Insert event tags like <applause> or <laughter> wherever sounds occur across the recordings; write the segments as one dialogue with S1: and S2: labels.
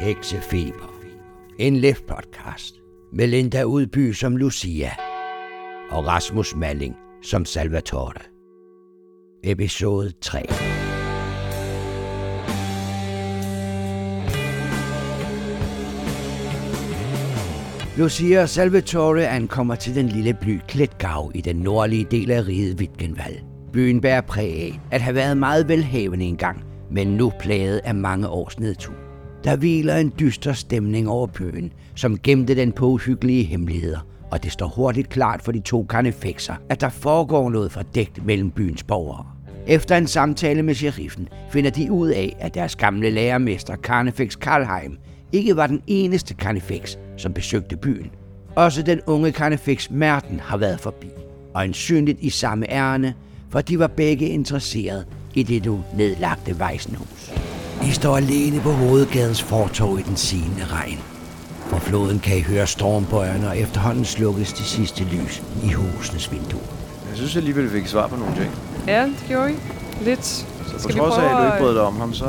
S1: Heksefeber. En left podcast med Linda Udby som Lucia og Rasmus Malling som Salvatore. Episode 3. Lucia og Salvatore ankommer til den lille by Kletgav i den nordlige del af riget Wittgenwald. Byen bærer præg af at have været meget velhavende engang, men nu plaget af mange års nedtur. Der hviler en dyster stemning over byen, som gemte den på uhyggelige hemmeligheder, og det står hurtigt klart for de to karnefekser, at der foregår noget fordækt mellem byens borgere. Efter en samtale med sheriffen finder de ud af, at deres gamle lærermester Karnefeks Karlheim ikke var den eneste karnefeks, som besøgte byen. Også den unge karnefeks Merten har været forbi, og ansynligt i samme ærne, for de var begge interesseret i det nu nedlagte Vejsenhus. I står alene på hovedgadens fortov i den sigende regn. Fra floden kan I høre stormbøjerne, og efterhånden slukkes de sidste lys i husenes vinduer.
S2: Jeg synes alligevel, vi fik svar på nogle ting.
S3: Ja, det gjorde vi. Lidt.
S2: Så på trods af, at du ikke brød dig om ham, så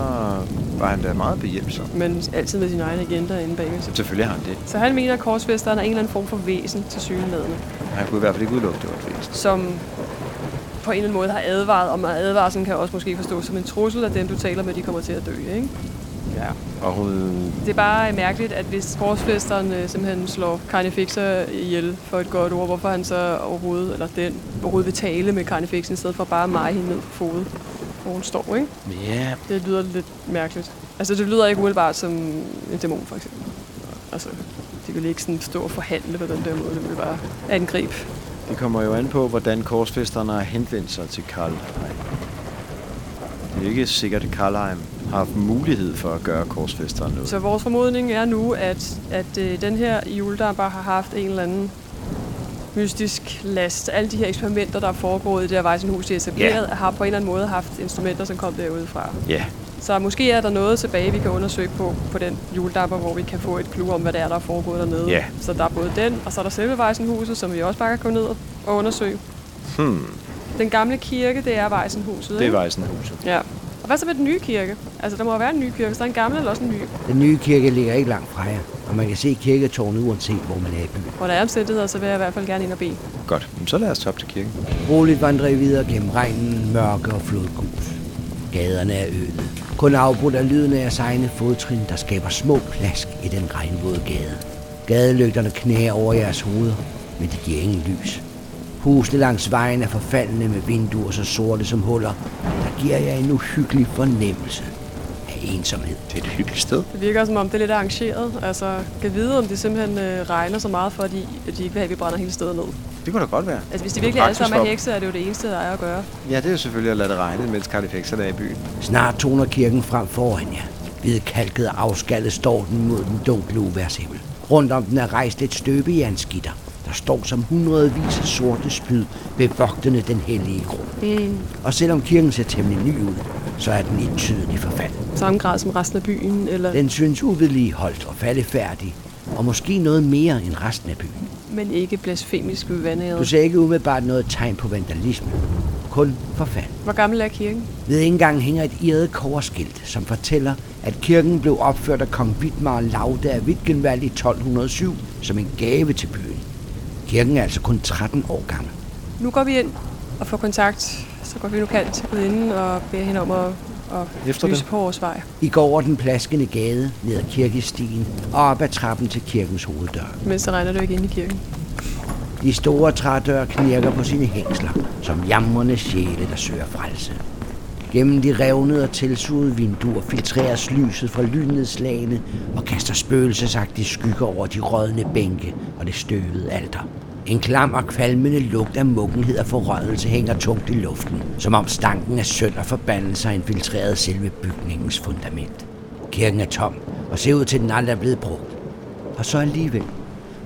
S2: var han da meget behjælpsom.
S3: Men altid med sin egen agenda inde bagved. sig.
S2: Selvfølgelig har han det.
S3: Så han mener, at korsfæsteren er en eller anden form for væsen til sygeladende,
S2: Han kunne i hvert fald ikke udelukke, det var et væsen.
S3: som på en eller anden måde har advaret, og med advarslen kan også måske forstås som en trussel, at dem, du taler med, de kommer til at dø, ikke?
S2: Ja. Og hun-
S3: Det er bare øh, mærkeligt, at hvis korsfæsteren øh, simpelthen slår Karnefixer ihjel for et godt ord, hvorfor han så overhovedet, eller den, overhovedet vil tale med Karnefixen, i stedet for bare at meje hende ned på fodet, hvor hun står, ikke?
S2: Ja,
S3: Det lyder lidt mærkeligt. Altså, det lyder ikke umiddelbart som en dæmon, for eksempel. Altså, de ville ikke sådan stå og forhandle på den der måde. Det ville bare angribe.
S2: det kommer jo an på, hvordan korsfæsterne har henvendt sig til Karlheim. Det er ikke sikkert, at Karlheim har haft mulighed for at gøre korsfæsteren noget.
S3: Så vores formodning er nu, at, at øh, den her juledamper har haft en eller anden mystisk last. Alle de her eksperimenter, der er foregået i det her Vejsenhus, de er etableret, yeah. har på en eller anden måde haft instrumenter, som kom derudefra.
S2: Ja,
S3: Så måske er der noget tilbage, vi kan undersøge på, på den juledamper, hvor vi kan få et klue om, hvad det er, der er foregået dernede.
S2: Ja.
S3: Så der er både den, og så er der selve Vejsenhuset, som vi også bare kan gå ned og- og undersøge.
S2: Hmm.
S3: Den gamle kirke, det er Vejsenhuset,
S2: det
S3: ikke?
S2: var sådan huset.
S3: Ja. Og hvad så med den nye kirke? Altså, der må jo være en ny kirke, så der er en gammel eller også en ny.
S1: Den nye kirke ligger ikke langt fra jer, og man kan se kirketårnet uanset hvor man er i byen.
S3: Hvor der er omstændigheder, så vil jeg i hvert fald gerne ind og bede.
S2: Godt, men så lad os tage op til kirken.
S1: Roligt vandrer I videre gennem regnen, mørke og flodgrus. Gaderne er øde. Kun afbrudt af lyden af jeres egne fodtrin, der skaber små plask i den regnvåde gade. Gadelygterne knæer over jeres hoveder, men de giver ingen lys. Husene langs vejen er forfaldne med vinduer så sorte som huller, der giver jer en uhyggelig fornemmelse af ensomhed.
S2: Det er et hyggeligt sted.
S3: Det virker som om, det er lidt arrangeret. Altså, kan vide, om det simpelthen øh, regner så meget for, at de, at de ikke vil have, at vi brænder hele stedet ned.
S2: Det kunne da godt være.
S3: Altså, hvis de
S2: Det er
S3: virkelig alle sammen er
S2: praktisk
S3: hekse, er det jo det eneste, der er at gøre.
S2: Ja, det er jo selvfølgelig at lade det regne, mens Karlefækserne er i byen.
S1: Snart toner kirken frem foran jer. Hvidkalket og afskaldet står den mod den dunkle uværshimmel. Rundt om den er rejst et støbejernsgitter, der står som hundredvis af sorte spyd, bevogtende den hellige grund. Mm. Og selvom kirken ser temmelig ny ud, så er den i tydelig forfald.
S3: Samme grad som resten af byen, eller...
S1: Den synes uvedligeholdt og faldefærdig, og måske noget mere end resten af byen.
S3: Men ikke blasfemisk
S1: Du
S3: bevandet.
S1: ser ikke umiddelbart noget tegn på vandalisme, kun forfald.
S3: Hvor gammel er kirken?
S1: Ved indgangen hænger et irret koverskilt, som fortæller, at kirken blev opført af kong Vidmar Lauda af Wittgenwald i 1207 som en gave til byen. Kirken er altså kun 13 år gammel.
S3: Nu går vi ind og får kontakt, så går vi nu kan til gudinden og beder hende om at, at
S2: Efter
S3: lyse
S2: det.
S3: på vores vej.
S1: I går over den plaskende gade, ned ad kirkestien og op ad trappen til kirkens hoveddør.
S3: Men så regner det jo ikke ind i kirken.
S1: De store trædøre knirker på sine hængsler, som jamrende sjæle, der søger frelse. Gennem de revnede og tilsugede vinduer filtreres lyset fra lynnedslagene og kaster spøgelsesagtige skygger over de rådne bænke og det støvede alter. En klam og kvalmende lugt af muggenhed og forrødelse hænger tungt i luften, som om stanken af synd og forbandelse har infiltreret selve bygningens fundament. Kirken er tom og ser ud til, at den aldrig er blevet brugt. Og så alligevel.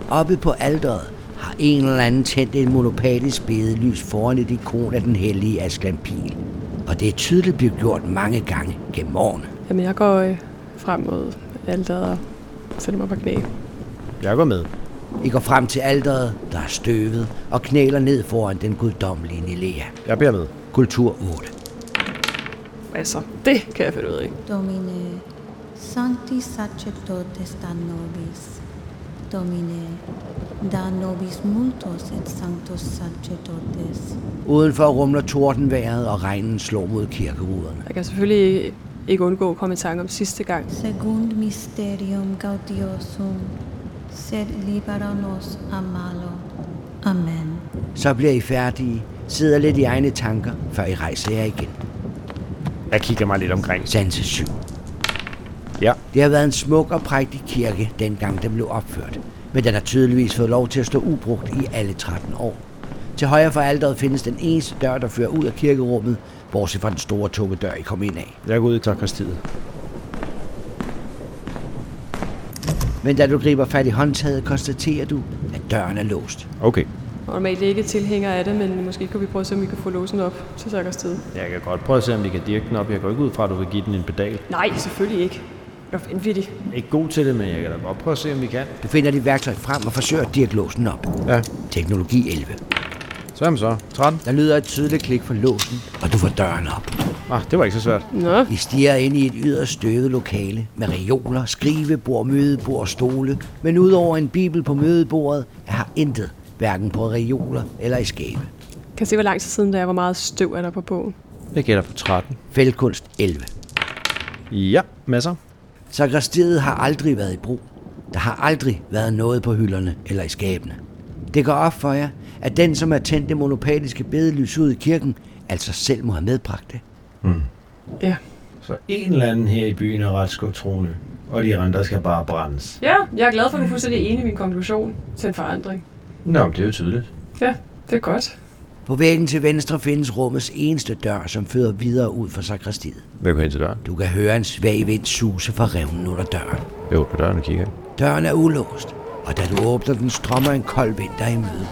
S1: Oppe på alderet har en eller anden tændt et monopatisk bedelys foran et ikon af den hellige Askelampil. Og det er tydeligt blevet gjort mange gange gennem årene.
S3: Jamen, jeg går øh, frem mod alderet og sætter mig på knæ.
S2: Jeg går med.
S1: I går frem til alderet, der er støvet, og knæler ned foran den guddommelige Nilea.
S2: Jeg bliver med.
S1: Kultur 8.
S3: Altså, det kan jeg finde ud af.
S4: Du mine Sancti sacerdotes da nobis, Domine, da nobis multos et sanctos sacerdotes,
S1: Udenfor rumler tordenværet, og regnen slår mod kirkeruderne.
S3: Jeg kan selvfølgelig ikke undgå at komme i tanke om sidste gang.
S4: secund mysterium gaudiosum, sed libera nos a malo. Amen.
S1: Så bliver I færdige, sidder lidt i egne tanker, før I rejser jer igen.
S5: Jeg kigger mig lidt omkring.
S1: Sanse 7.
S5: Ja.
S1: Det har været en smuk og prægtig kirke, dengang den blev opført. Men den har tydeligvis fået lov til at stå ubrugt i alle 13 år. Til højre for alderet findes den eneste dør, der fører ud af kirkerummet, bortset fra den store tunge dør, I kom ind af.
S5: Jeg går ud i takkerstiet.
S1: Men da du griber fat i håndtaget, konstaterer du, at døren er låst.
S5: Okay.
S3: Normalt ikke tilhænger af det, men måske kunne vi prøve at se, om vi kan få låsen op til Sakkerstedet.
S5: Jeg kan godt prøve at se, om vi kan dirke den op. Jeg går ikke ud fra, at du vil give den en pedal.
S3: Nej, selvfølgelig ikke. Jeg er vanvittig.
S5: Ikke god til det, men jeg kan da godt prøve at se, om vi kan.
S1: Du finder dit værktøj frem og forsøger at dirke låsen op.
S5: Ja,
S1: Teknologi 11.
S5: så er man så. 13.
S1: Der lyder et tydeligt klik fra låsen, og du får døren op.
S5: Ah, det var ikke så svært.
S3: Nå,
S1: Vi stiger ind i et yderst støvet lokale med reoler, skrivebord, mødebord og stole, men udover en bibel på mødebordet, jeg har intet, hverken på reoler eller i skabe.
S3: kan se, hvor lang tid siden der var meget støv er der på bogen.
S5: Jeg gætter på 13.
S1: Fældkunst 11.
S5: Ja, masser.
S1: Sakristiet har aldrig været i brug. Der har aldrig været noget på hylderne eller i skabene. Det går op for jer, at den, som har tændt det monopatiske bedelys ud i kirken, altså selv må have medbragt det.
S3: Ja.
S5: Så en eller anden her i byen er ret skogtroende, og de andre skal bare brændes.
S3: Ja, jeg er glad for, at du er fuldstændig enig i min konklusion til en forandring.
S5: Nå, men det er jo tydeligt.
S3: Ja, det er godt.
S1: På væggen til venstre findes rummets eneste dør, som fører videre ud fra sakristiet.
S5: Vil jeg gå hen til døren?
S1: Du kan høre en svag vind suse fra revnen under døren.
S5: Jeg åbner døren og kigger.
S1: Døren er ulåst, og da du åbner den, strømmer en kold vind dig imøde.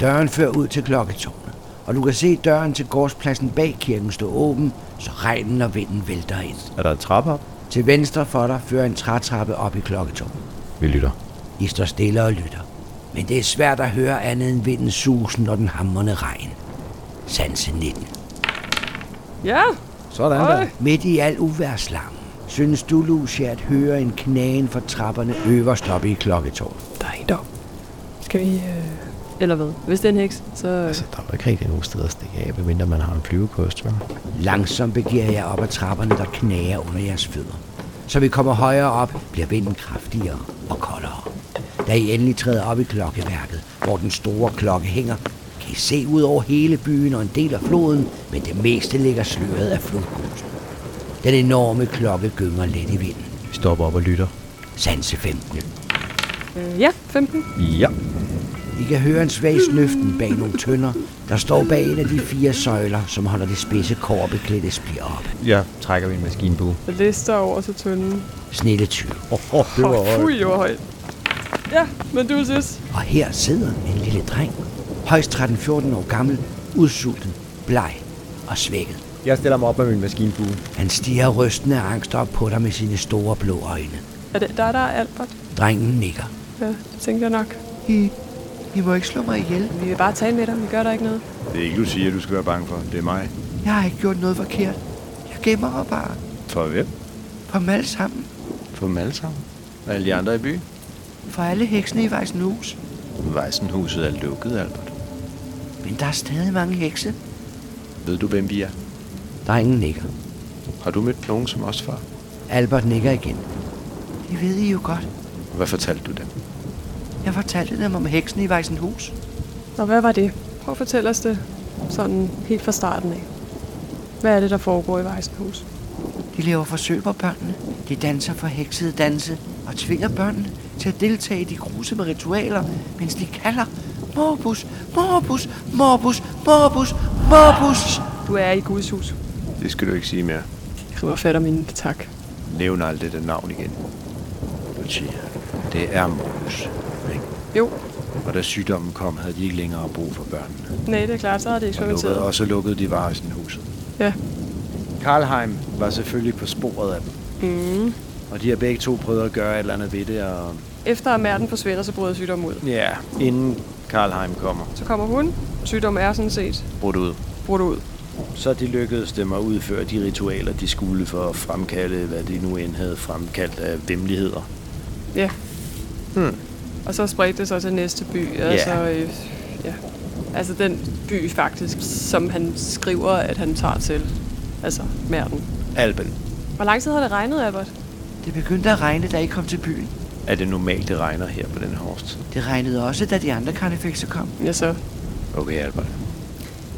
S1: Døren fører ud til klokketårnet, og du kan se døren til gårdspladsen bag kirken stå åben, så regnen og vinden vælter ind.
S5: Er der et trappe op?
S1: Til venstre for dig fører en trætrappe op i klokketårnet.
S5: Vi lytter.
S1: I står stille og lytter, men det er svært at høre andet end vindens susen og den hammerne regn. Sanse 19.
S3: Ja,
S5: Sådan
S3: Øj.
S1: Midt i al uværslangen, synes du, Lucia, at høre en knagen fra trapperne øverst oppe i klokketårnet.
S3: der er en dog. Skal vi... Øh... Eller hvad? Hvis det er en heks, så...
S5: Altså, der er jo ikke rigtig nogen steder at stikke af, medmindre man har en flyvekost, hva'?
S1: Langsomt begiver jeg op ad trapperne, der knager under jeres fødder. Så vi kommer højere op, bliver vinden kraftigere og koldere. Da I endelig træder op i klokkeværket, hvor den store klokke hænger, kan I se ud over hele byen og en del af floden, men det meste ligger sløret af flodgrusen. Den enorme klokke gynger let i vinden.
S5: Vi stopper op og lytter.
S1: Sanse 15.
S3: Øh, ja, 15.
S5: Ja.
S1: I kan høre en svag snøften bag nogle tønder, der står bag en af de fire søjler, som holder det spidse kårbeklædte spir op.
S5: Jeg trækker min maskinbue.
S3: Lister over til tynden.
S1: Snille 20.
S5: Åh, oh, det var
S3: Åh, fui, det var højt. Ja, men du synes...
S1: Og her sidder en lille dreng, højst 13-14 år gammel, udsulten, bleg og svækket.
S5: Jeg stiller mig op med min maskinbue.
S1: Han stiger rystende af angst op på dig med sine store blå øjne.
S3: Er det dig, der er Albert?
S1: Drengen nikker.
S3: Ja, det tænkte jeg nok.
S1: I, I må ikke slå mig ihjel.
S3: Vi vil bare tale med dig, vi gør der ikke noget.
S2: Det er ikke Lucia, du skal være bange for. Det er mig.
S1: Jeg har ikke gjort noget forkert. Jeg gemmer mig bare
S2: For hvem?
S1: for dem alle sammen.
S2: For dem alle sammen. Og alle de andre i byen.
S1: For alle heksene i Vejsenhus.
S2: Vejsenhuset er lukket, Albert.
S1: Men der er stadig mange hekse.
S2: Ved du, hvem vi er?
S1: Drengen nikker.
S2: Har du mødt nogen som os før?
S1: Albert nikker igen. Det ved I jo godt.
S2: Hvad fortalte du dem?
S1: Jeg fortalte dem om heksen i Vejsenhus.
S3: Og hvad var det? Prøv at fortælle os det sådan helt fra starten af. Hvad er det, der foregår i Vejsenhus?
S1: De laver forsøg på børnene. De danser for heksede danse og tvinger børnene til at deltage i de grusomme ritualer, mens de kalder Morbus, Morbus, Morbus, Morbus, Morbus.
S3: Du er i Guds hus.
S2: Det skal du ikke sige mere.
S3: Jeg griber fat om min tak.
S2: Nævn aldrig det navn igen. Lucia, det er Morbus. Ikke?
S3: Jo,
S2: Og da sygdommen kom, havde de ikke længere brug for børnene.
S3: nej, det er klart, så har det
S2: Og, lukkede,
S3: eksperimenteret.
S2: og så lukkede de Vejsenhuset.
S3: Ja.
S2: Karlheim var selvfølgelig på sporet af dem.
S3: Mm.
S2: Og de har begge to prøvet at gøre et eller andet ved det, og...
S3: Efter at mærten forsvinder, så bryder sygdommen ud.
S2: Ja, inden Karlheim kommer,
S3: Så kommer hun. Sygdommen er sådan set
S2: brudt ud.
S3: brudt ud.
S2: Så det lykkedes dem at udføre de ritualer, de skulle for at fremkalde, hvad de nu end havde fremkaldt af vemmeligheder.
S3: Ja.
S2: Hmm.
S3: Og så spredte det sig til næste by. Altså, øh, ja. altså den by faktisk, som han skriver, at han tager til. Altså, mærden.
S2: Alben,
S3: Hvor lang tid har det regnet, Albert?
S1: Det begyndte at regne, da I kom til byen.
S2: er det normalt, det regner her på den horst?
S1: Det regnede også, da de andre karnefekser kom.
S3: Ja, så.
S2: Okay, Albert.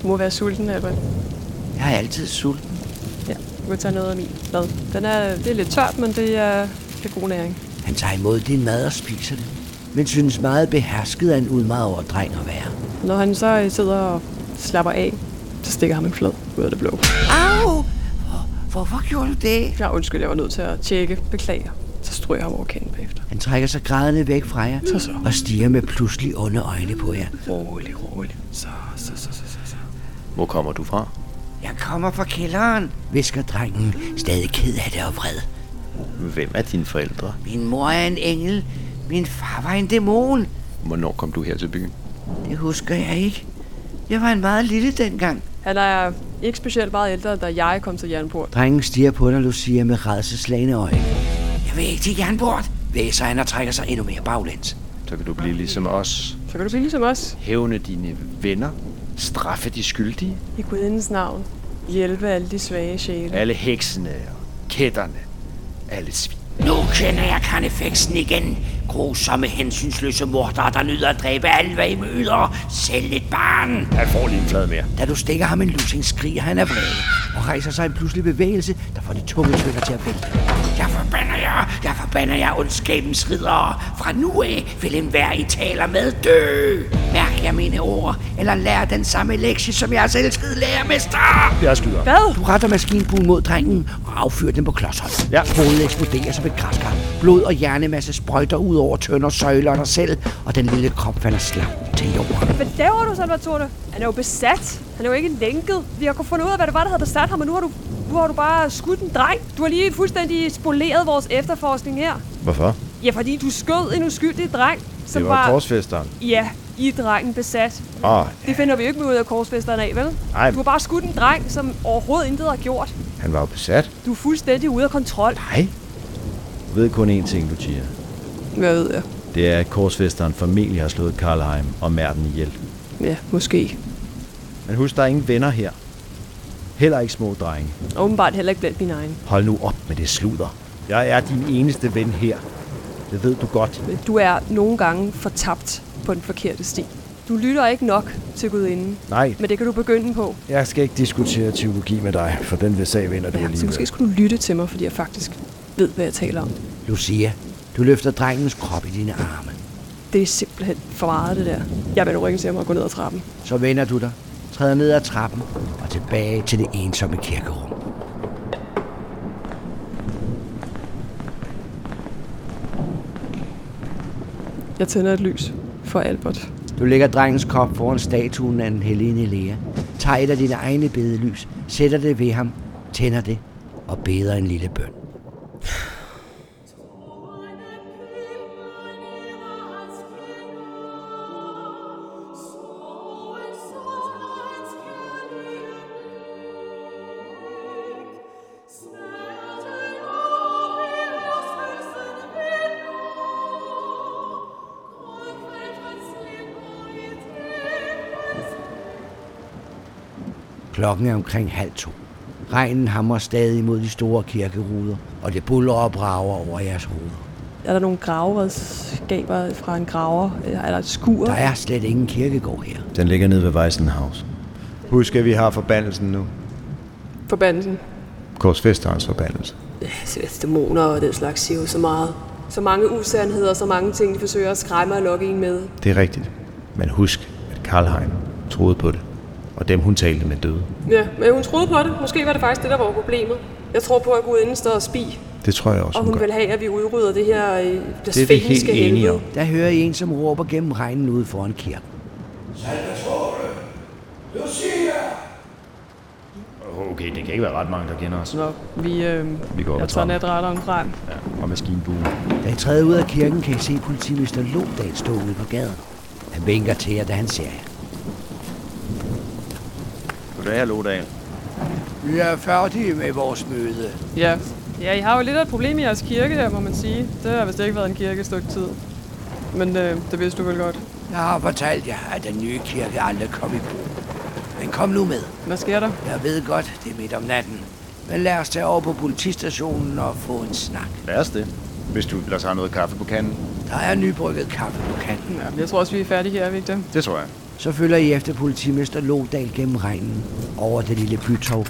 S3: Du må være sulten, Albert.
S1: Jeg er altid sulten.
S3: Ja, du må tage noget af min mad. Den er, det er lidt tørt, men det er, det er god næring.
S1: Han tager imod din mad og spiser det. Men synes meget behersket af en udmagret dreng at være.
S3: Når han så øh, sidder og slapper af, så stikker ham en flad ud af det blå.
S1: Au! Hvor- Hvorfor gjorde du det?
S3: Ja, undskyld, jeg var nødt til at tjekke. Beklager. Så stryger jeg ham over kanden bagefter.
S1: Han trækker sig grædende væk fra jer
S3: Så, så.
S1: og stiger med pludselig onde øjne på jer.
S3: Rolig, rolig. Så, så, så, så, så, så.
S2: Hvor kommer du fra?
S1: Jeg kommer fra kælderen, visker drengen, stadig ked af det og vred.
S2: Hvem er dine forældre?
S1: Min mor er en engel. Min far var en dæmon.
S2: Hvornår kom du her til byen?
S1: Det husker jeg ikke. Jeg var en meget lille dengang.
S3: Han er ikke specielt meget ældre, da jeg kom til Jernport.
S1: Drengen stiger på dig, Lucia, med redselslagende øjne. Jeg vil ikke til jernbord, væser han og trækker sig endnu mere baglæns.
S2: Så kan du blive ligesom os.
S3: Så kan du blive ligesom os.
S2: Hævne dine venner. Straffe de skyldige.
S3: I gudindens navn. Hjælpe alle de svage sjæle.
S2: Alle heksene og kætterne. Alle svin.
S1: Nu kender jeg karnefeksen igen. Grusomme, hensynsløse mordere, der nyder at dræbe alt, hvad I møder. Selv et barn.
S2: Jeg får lige en flad mere.
S1: Da du stikker ham en lussing, skriger han af vrede og rejser sig en pludselig bevægelse, der får de tunge tønder til at vælte. Jeg forbander jer, jeg forbander jer, ondskabens ridere. Fra nu af vil enhver, I taler med, dø. Mærk jer mine ord, eller lær den samme lektie, som jeres elskede lærermester.
S2: Jeg skyder.
S3: Hvad?
S1: Du retter maskinbuen mod drengen og affyrer den på klodshold.
S2: Ja.
S1: Hovedet eksploderer som et græskar. Blod og hjernemasse sprøjter ud over tønder søjler og dig selv, og den lille krop falder slapt til jorden.
S3: Hvad laver du, Salvatore? Han er jo besat. Han er jo ikke lænket. Vi har kunnet fundet ud af, hvad det var, der havde besat ham, og nu har du, nu har du bare skudt en dreng. Du har lige fuldstændig spoleret vores efterforskning her.
S5: Hvorfor?
S3: Ja, fordi du skød en uskyldig dreng, som
S5: Det var Ah, korsfesteren.
S3: Ja, i er drengen besat.
S5: Åh,
S3: Det finder vi jo ikke ud af korsfesteren af, vel?
S5: Nej.
S3: Du har bare skudt en dreng, som overhovedet intet har gjort.
S5: han var jo besat.
S3: Du er fuldstændig ude af kontrol.
S5: Nej. Du ved kun én ting, Lucia.
S3: Hvad ved jeg?
S5: Det er, at korsfesteren formentlig har slået Karlheim og Merten ihjel.
S3: Ja, måske.
S5: Men husk, der er ingen venner her. Heller ikke små drenge.
S3: Åbenbart heller ikke blandt mine egne.
S5: Hold nu op med det sludder. Jeg er din eneste ven her. Det ved du godt.
S3: Men Du er nogle gange fortabt på den forkerte sti. Du lytter ikke nok til Gudinden.
S5: Nej,
S3: Men det kan du begynde på.
S5: jeg skal ikke diskutere teologi med dig, for den vil sag vinder du
S3: Ja, så måske
S5: alligevel.
S3: skulle du lytte til mig, fordi jeg faktisk ved, hvad jeg taler om.
S1: Lucia, du løfter drengens krop i dine arme.
S3: Det er simpelthen for meget, det der. Jeg vender ryggen til ham og går ned ad trappen.
S1: Så vender du dig, træder ned ad trappen og tilbage til det ensomme kirkerum.
S3: Jeg tænder et lys for Albert.
S1: Du lægger drengens krop foran statuen af den hellige Lea, tager et af dine egne bedelys, sætter det ved ham, tænder det og beder en lille bøn. Klokken er omkring halv to. Regnen hamrer stadig mod de store kirkeruder, og det buller og brager over jeres hoveder.
S3: Er der nogle graveredskaber fra en graver? Eller er der et skur?
S1: Der er slet ingen kirkegård her.
S5: Den ligger nede ved Weissenhaus.
S6: Husk, at vi har forbandelsen nu.
S3: Forbandelsen.
S6: Korsfesterens forbandelse.
S3: Altså,
S7: Svets dæmoner og den slags siger jo så meget.
S3: Så mange usandheder, så mange ting, de forsøger at skræmme og lokke en med.
S6: Det er rigtigt. Men husk, at Karlheim troede på det. Og dem, hun talte med, døde.
S3: Ja, men hun troede på det. Måske var det faktisk det, der var problemet. Jeg tror på, at Gudinden står og spi,
S6: Det tror jeg også,
S3: og
S6: hun
S3: hun
S6: gør.
S3: vil have, at vi udrydder det her øh,
S6: Det er vi
S3: blasfemiske
S6: helt enige om.
S3: helvede.
S1: Der hører I en, som råber gennem regnen ude foran kirken.
S5: Okay, det kan ikke være ret mange, der kender os.
S3: Nå, vi, øh,
S5: Vi går op ad
S3: jeg tager
S5: trappen.
S3: natretteren frem.
S5: Ja, og maskinbuen.
S1: Da I træder ud af kirken, kan I se politimester Lodal stå ude på gaden. Han vinker til jer, da han ser jer.
S2: Goddag, Lodal.
S1: Vi er færdige med vores møde.
S3: Ja. Ja, I har jo lidt af et problem i jeres kirke her, må man sige. Det har vist ikke været en kirke et stykke tid. Men øh, det vidste du vel godt.
S1: Jeg har fortalt jer, at den nye kirke aldrig kom i brug. Men kom nu med.
S3: Hvad sker der?
S1: Jeg ved godt, det er midt om natten. Men lad os tage over på politistationen og få en snak.
S2: Lad os det.
S6: Hvis du ellers har noget kaffe på kanden.
S1: Der er nybrygget kaffe på kanten.
S3: Ja, jeg tror også, vi er færdige her, Victor.
S6: Det tror jeg.
S1: Så følger I efter politimester Lodal gennem regnen over det lille bytog.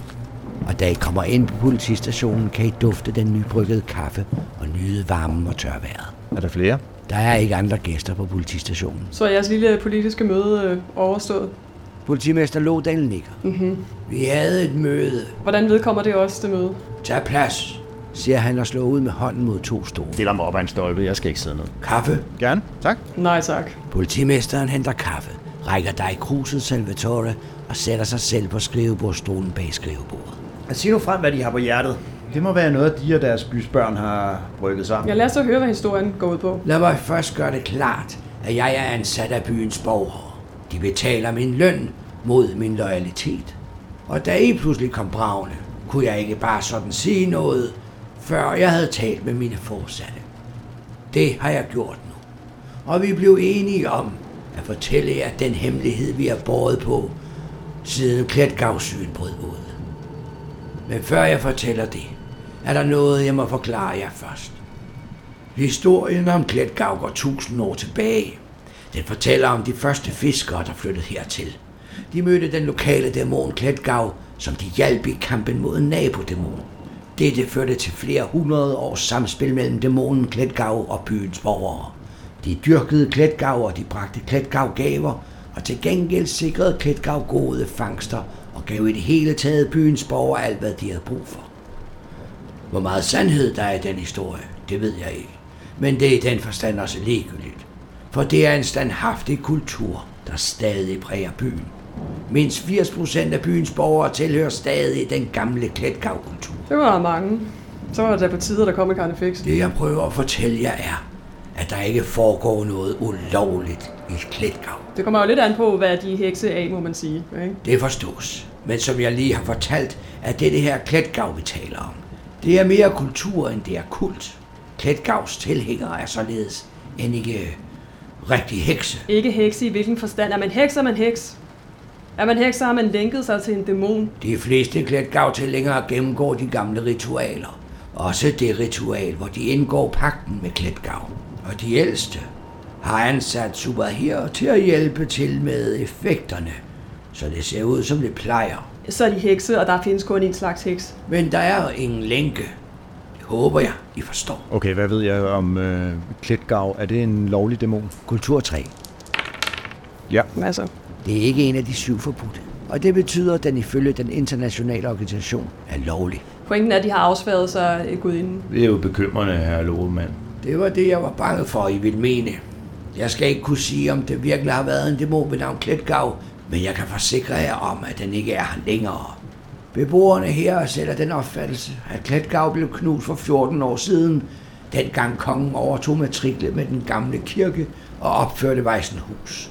S1: Og da I kommer ind på politistationen, kan I dufte den nybryggede kaffe og nyde varmen og tørvejret.
S6: Er der flere?
S1: Der er ikke andre gæster på politistationen.
S3: Så er jeres lille politiske møde øh, overstået.
S1: Politimester Lodal nikker. Mm-hmm. Vi havde et møde.
S3: Hvordan vedkommer det også, det møde?
S1: Tag plads, siger han og slår ud med hånden mod to stole.
S6: Stiller mig op ad en stolpe. Jeg skal ikke sidde ned.
S1: Kaffe.
S6: Gerne. Tak.
S3: Nej tak.
S1: Politimesteren henter kaffe, rækker dig kruset Salvatore og sætter sig selv på skrivebordstolen bag skrivebordet.
S8: Altså, Sig nu frem, hvad de har på hjertet. Det må være noget, de og deres bysbørn har brygget sammen.
S3: Ja, lad os så høre, hvad historien går ud på.
S1: Lad mig først gøre det klart, at jeg er ansat af byens borgere. De betaler min løn mod min loyalitet. Og da I pludselig kom bravende, kunne jeg ikke bare sådan sige noget, før jeg havde talt med mine forsatte. Det har jeg gjort nu. Og vi blev enige om at fortælle jer den hemmelighed, vi har båret på, siden klætgavsyn brød ud. Men før jeg fortæller det, er der noget, jeg må forklare jer først. Historien om Kletgav går tusind år tilbage. Den fortæller om de første fiskere, der flyttede hertil. De mødte den lokale dæmon Kletgav, som de hjalp i kampen mod en nabodæmon. Dette førte til flere hundrede års samspil mellem dæmonen Kletgav og byens borgere. De dyrkede Kletgav, og de bragte Kletgav gaver, og til gengæld sikrede Kletgav gode fangster og gav i det hele taget byens borgere alt, hvad de havde brug for. Hvor meget sandhed der er i den historie, det ved jeg ikke. Men det er i den forstand også ligegyldigt. For det er en standhaftig kultur, der stadig præger byen. Mindst 80% af byens borgere tilhører stadig den gamle klætgavkultur.
S3: Det var der mange. Så var det da på tide, at der kom en karnefix.
S1: Det jeg prøver at fortælle jer er, at der ikke foregår noget ulovligt i klætgav.
S3: Det kommer jo lidt an på, hvad de er hekse af, må man sige. Ikke?
S1: Det forstås. Men som jeg lige har fortalt, er det det her klætgav, vi taler om. Det er mere kultur, end det er kult. Klætgavs tilhængere er således end ikke rigtig hekse.
S3: Ikke hekse i hvilken forstand. Er man heks, er man heks. Er man heks, så har man lænket sig til en dæmon.
S1: De fleste klætgav til længere gennemgår de gamle ritualer. Også det ritual, hvor de indgår pakten med klætgav. Og de ældste har ansat superheroer til at hjælpe til med effekterne, så det ser ud, som det plejer.
S3: Så er de hekse, og der findes kun en slags heks.
S1: Men der er ingen lænke. Det håber jeg, I forstår.
S6: Okay, hvad ved jeg om øh, Kletgav? Er det en lovlig dæmon?
S1: Kultur 3.
S6: Ja.
S3: Masser.
S1: Det er ikke en af de syv forbudte. Og det betyder, at den ifølge den internationale organisation er lovlig.
S3: Pointen er, at de har afsværet sig øh, gudinden.
S5: Det er jo bekymrende, herre Lohmann.
S1: Det var det, jeg var bange for, I ville mene. Jeg skal ikke kunne sige, om det virkelig har været en dæmon ved navn Kletgav, men jeg kan forsikre jer om, at den ikke er her længere. Beboerne her er selv af den opfattelse, at Kletgav blev knust for 14 år siden, dengang kongen overtog matriklet med den gamle kirke og opførte Vejsenhus.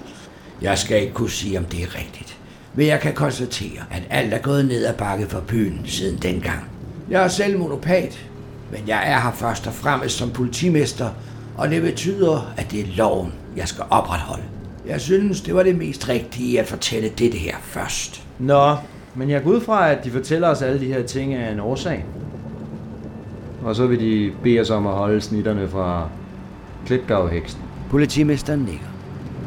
S1: Jeg skal ikke kunne sige, om det er rigtigt, men jeg kan konstatere, at alt er gået ned ad bakke for byen siden dengang. Jeg er selv monopat, men jeg er her først og fremmest som politimester, og det betyder, at det er loven, jeg skal opretholde. Jeg synes, det var det mest rigtige at fortælle dette her først.
S8: Nå, men jeg går ud fra, at de fortæller os alle de her ting af en årsag. Og så vil de bede os om at holde snitterne fra klitgavheksen.
S1: Politimesteren nikker.